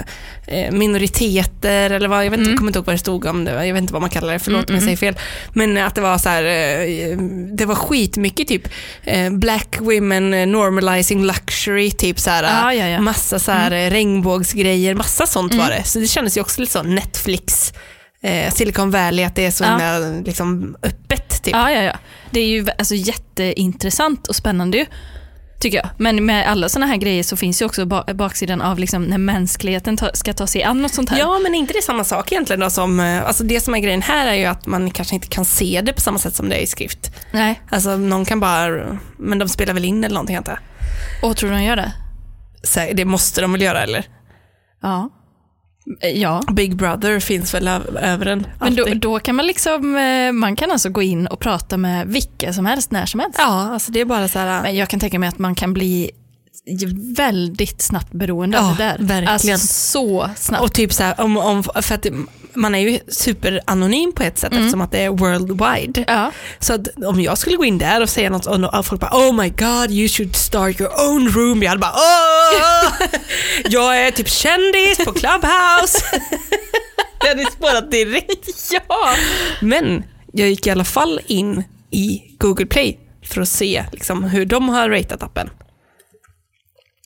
B: eh, minoriteter eller vad, jag,
A: Mm.
B: vet inte, jag kommer inte ihåg vad det stod om det, var. jag vet inte vad man kallar det, förlåt om jag säger fel. Men att det var så här, eh, det var skitmycket typ eh, black women eh, normalizing luxury, typ så här,
A: Ah, Ja, ja, Mm. ja.
B: massa så här eh, regnbågsgrejer, massa sånt var det. Så det kändes ju också lite så Netflix, eh, Silicon Valley, att det är så
A: Ja.
B: himla liksom, öppet typ.
A: Ja, ja, ja. Det är ju alltså, jätteintressant och spännande ju. Tycker jag. Men med alla sådana här grejer så finns ju också ba- baksidan av liksom när mänskligheten ta- ska ta sig an något sånt här.
B: Ja, men är inte det samma sak egentligen då som, eh, alltså det som är grejen här är ju att man kanske inte kan se det på samma sätt som det är i skrift.
A: Nej.
B: Alltså någon kan bara, men de spelar väl in eller någonting antar jag.
A: Och tror du de gör det?
B: Så här, Det måste de väl göra eller?
A: Ja. Ja.
B: Big Brother finns väl ö- över en
A: Men då,
B: Eh, alltid.
A: då kan man liksom, eh, man kan alltså gå in och prata med vilka som helst när som helst.
B: Ja, alltså det är bara så här.
A: Men jag kan tänka mig att man kan bli väldigt snabbt beroende av
B: Ja,
A: det där.
B: verkligen.
A: Alltså så snabbt.
B: Och typ så här, om, om, för att man är ju superanonym på ett sätt eftersom att det är worldwide.
A: Mm. Ja.
B: Så att om jag skulle gå in där och säga något och och folk bara oh my god you should start your own room. Jag hade bara åh,
A: <laughs>
B: jag är typ kändis på Clubhouse. det hade spårat direkt.
A: Ja.
B: Men jag gick i alla fall in i Google Play för att se liksom, hur de har ratat appen.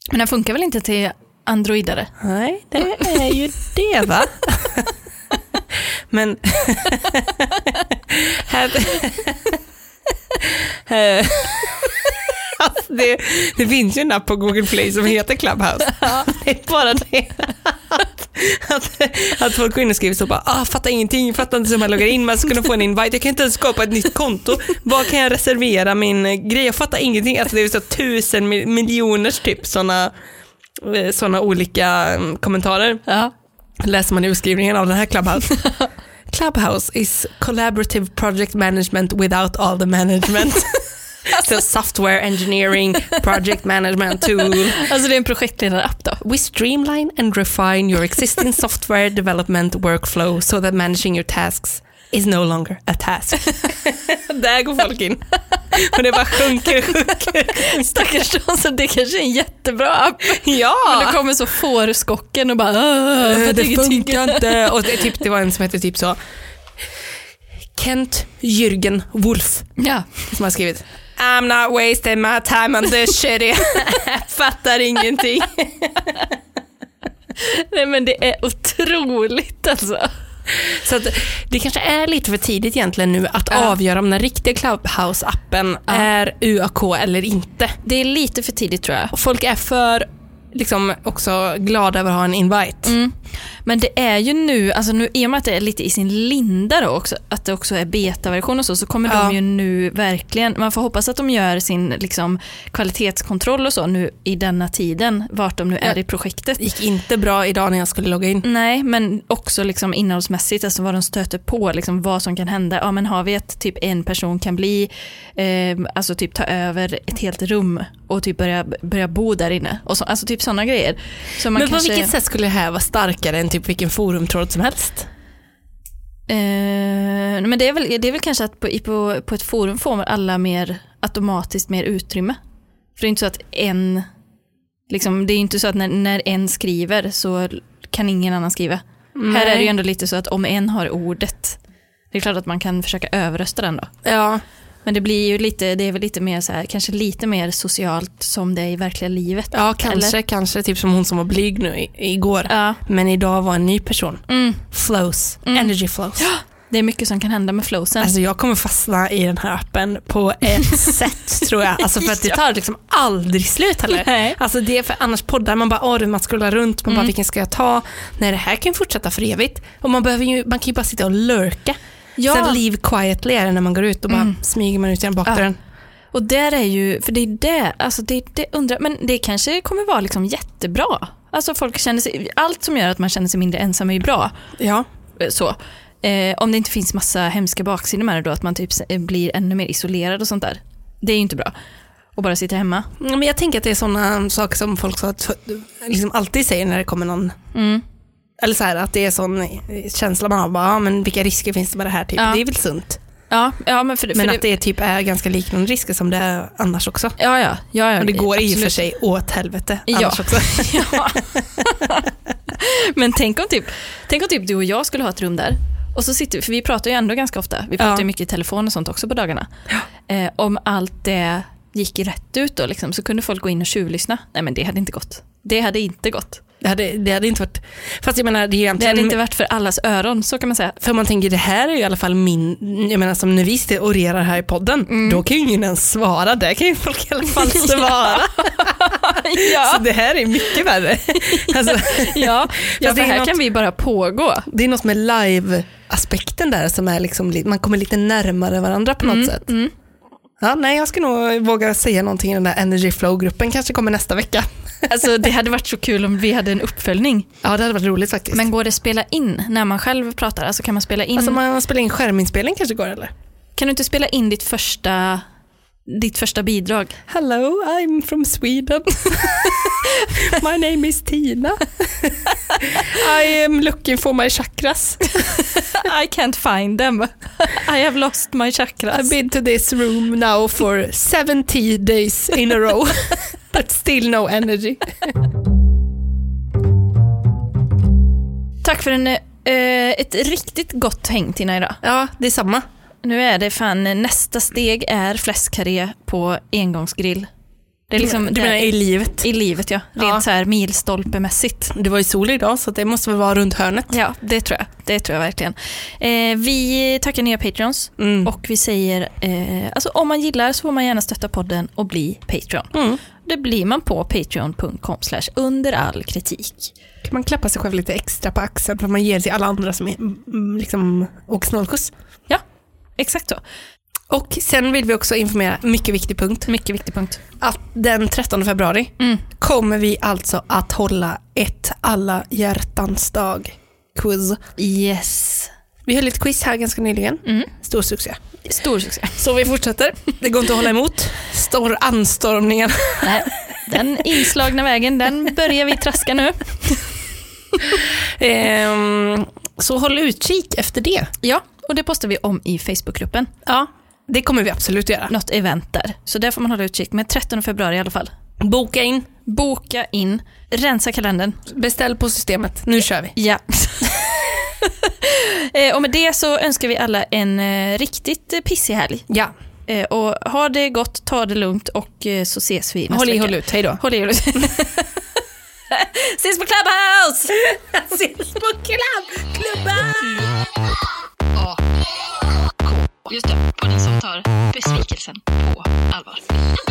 A: Men den funkar väl inte till androidare?
B: Nej, det är ju det va? Men... här, Eh, alltså det, det finns ju en app på Google Play som heter Clubhouse. <laughs> Det är bara det att, att, att folk går in och skriver så bara ah, “fattar ingenting, fattar inte hur man loggar in, man ska kunna få en invite, jag kan inte ens skapa ett nytt konto, var kan jag reservera min eh, grej, jag fattar ingenting”. Alltså det är så tusen mil- miljoners typ sådana såna olika mm, kommentarer
A: Ja.
B: läser man i beskrivningen av den här <laughs> Clubhouse. Clubhouse is collaborative project management without all the <laughs> management. so software engineering project management tool.
A: Alltså det är en projektledarapp
B: <laughs>
A: då? <laughs>
B: We streamline and refine your existing software development workflow so that managing your tasks is no longer a <laughs> task. Där går folk in. Och det bara sjunker, sjunker.
A: Stackars dem, så det kanske är en jättebra app. Men
B: Ja!
A: det kommer så fårskocken och bara "Åh,
B: Eh,
A: jag
B: det
A: tycker-
B: funkar inte. Och det, typ, det var en som hette typ så Kent Jürgen Wolf
A: Ja.
B: som har skrivit I'm not wasting my time on this shit. <laughs> Fattar ingenting.
A: <laughs> Nej men det är otroligt alltså.
B: Så att, det kanske är lite för tidigt egentligen nu att avgöra om den riktiga Clubhouse-appen är UAK eller inte.
A: Det är lite för tidigt tror jag.
B: Och folk är för liksom också glada över att ha en invite.
A: Men det är ju nu, alltså nu i och med att det är lite i sin linda då också, att det också är betaversion och så, så kommer
B: Ja.
A: de ju nu verkligen, man får hoppas att de gör sin liksom, kvalitetskontroll och så nu i denna tiden, vart de nu är i projektet.
B: gick inte bra idag när jag skulle logga in.
A: Nej, men också liksom innehållsmässigt, alltså vad de stöter på, liksom vad som kan hända. Ja, men har vi att typ en person kan bli, eh, alltså typ ta över ett helt rum och typ börja, börja bo där inne. Och så, alltså typ sådana grejer. Så man
B: Men
A: kanske,
B: på vilket sätt skulle det här vara starkare än typ vilken forumtråd som helst?
A: Eh, men det är, väl, det är väl kanske att på, i- på, på ett forum får alla mer automatiskt mer utrymme. För det är inte så att en, liksom, det är inte så att när, när en skriver så kan ingen annan skriva. Här är det ju ändå lite så att om en har ordet, det är klart att man kan försöka överrösta den då.
B: Ja,
A: Men det blir ju lite, det är väl lite mer så här, kanske lite mer socialt som det är i verkliga livet.
B: ja kanske,
A: Eller?
B: kanske. Typ som hon som var blyg nu i, igår.
A: Ja.
B: Men idag var en ny person. Flows, energy <gasps> flows.
A: Det är mycket som kan hända med flowsen.
B: Alltså jag kommer fastna i den här appen på
A: <laughs>
B: ett sätt tror jag. Alltså för att det tar liksom aldrig slut heller.
A: Nej. Mm.
B: Alltså det är för annars poddar man bara, åh man scrollar runt, man bara vilken ska jag ta? Nej det här kan ju fortsätta för evigt. Och man, behöver ju, man kan ju bara sitta och lurka.
A: Ja. Mm.
B: Sen leave quietly är det när man går ut och bara smyger man ut genom bakdörren.
A: Och där är ju, för det är det, alltså det, det undrar, men det kanske kommer vara liksom jättebra. Alltså folk känner sig, allt som gör att man känner sig mindre ensam är ju bra.
B: Ja.
A: Eh, Så. Eh, om det inte finns massa hemska baksidor med det då, att man typ eh, blir ännu mer isolerad och sånt där. Det är ju inte bra. Och bara sitta hemma.
B: Ja, Men jag tänker att det är sådana saker som folk så att, liksom alltid säger när det kommer någon.
A: Mm.
B: Eller så här, att det är sån eh, känsla man har, bara, ja, men vilka risker finns det med det här? Typ.
A: Ja.
B: Det är väl sunt.
A: Ja, ja men för, för
B: Men att det typ är ganska liknande risker som det är annars också.
A: Ja, ja, ja, ja
B: Och det går i och
A: absolut.
B: för sig åt helvete
A: Ja.
B: annars också.
A: <laughs> Ja. Men tänk om, typ, tänk om typ du och jag skulle ha ett rum där. Och så sitter, vi- för vi pratar ju ändå ganska ofta. Vi pratar
B: Ja.
A: ju mycket i telefon och sånt också på dagarna. Eh, om allt det gick rätt ut då, liksom, så kunde folk gå in och tjuvlyssna. Nej men det hade inte gått. Det hade inte gått.
B: Det hade, det hade inte varit... Fast jag menar, det är ju
A: Det hade
B: egentligen...
A: inte varit för allas öron, så kan man <laughs> säga.
B: För man tänker, det här är ju i alla fall min... Jag menar som när vi sitter och orerar här i podden,
A: Mm.
B: då kan ju ingen ens svara. Där kan ju folk i
A: <laughs>
B: alla fall svara. Så
A: Ja,
B: det här är mycket värre. Alltså,
A: <laughs> ja. ja
B: det
A: för
B: är
A: här
B: något-
A: kan vi bara pågå.
B: det är något med live-aspekten där som är liksom, li- man kommer lite närmare varandra på något
A: Mm,
B: sätt. Ja, nej, jag ska nog våga säga någonting i den där Energy Flow-gruppen, kanske kommer nästa vecka. <laughs>
A: Alltså, det hade varit så kul om vi hade en uppföljning.
B: Ja, det hade varit roligt faktiskt.
A: Men går det att spela in när man själv pratar? Alltså kan man spela in?
B: Alltså man spelar in skärminspelning kanske går eller?
A: Kan du inte spela in ditt första, ditt första bidrag?
B: Hello, I'm from <laughs> Sweden. my name is Tina. I am looking for my chakras.
A: <laughs> I can't find them. <laughs> I have lost my
B: I've
A: chakras.
B: been to this room now for 70 days in a <laughs> row. But still no energy.
A: Tack för en, eh, ett riktigt gott häng Tina idag.
B: Ja, det är samma.
A: Nu är det fan eh, nästa steg är fläskkarré på engångsgrill. Det är liksom
B: Du
A: det-
B: menar i livet?
A: i livet ja, rent
B: Ja.
A: så här milstolpemässigt.
B: Det var ju sol idag så det måste väl vara runt hörnet.
A: Ja, det tror jag. Det tror jag verkligen. Eh, vi tackar nya Patreons och vi säger, eh, alltså om man gillar så får man gärna stötta podden och bli Patreon. Det blir man på patreon.com slash under all kritik.
B: Kan man klappa sig själv lite extra på axeln för att man ger till alla andra som är, mm, liksom, åker snålskjuts.
A: Ja, exakt så.
B: Och sen vill vi också informera, mycket viktig punkt.
A: Mycket viktig punkt.
B: att den 13 februari kommer vi alltså att hålla ett alla hjärtans dag quiz.
A: Yes.
B: Vi höll ett quiz här ganska nyligen. Stor succé.
A: Stor succé.
B: Så vi fortsätter. Det går inte att hålla emot. Stor anstormningen.
A: Nej, den inslagna vägen, den börjar vi traska nu.
B: <laughs> Ehm, så håll utkik efter det.
A: Ja, och det postar vi om i Facebookgruppen.
B: Ja, det kommer vi absolut göra.
A: Något event där. Så där får man hålla utkik. Men 13 februari i alla fall.
B: Boka in,
A: Boka in, rensa kalendern.
B: beställ på systemet. Nu kör vi. <laughs>
A: Ja. <laughs> Eh, och med det så önskar vi alla en eh, riktigt eh, pissig helg.
B: Ja,
A: Eh, och ha det gott, ta det lugnt och eh, så ses vi nästa
B: håll i,
A: vecka.
B: håll ut. Hej då.
A: Håll i, håll ut. <laughs> ses på
B: <laughs>
A: Clubhouse!
C: A, K. Just det, podden som tar besvikelsen på allvar.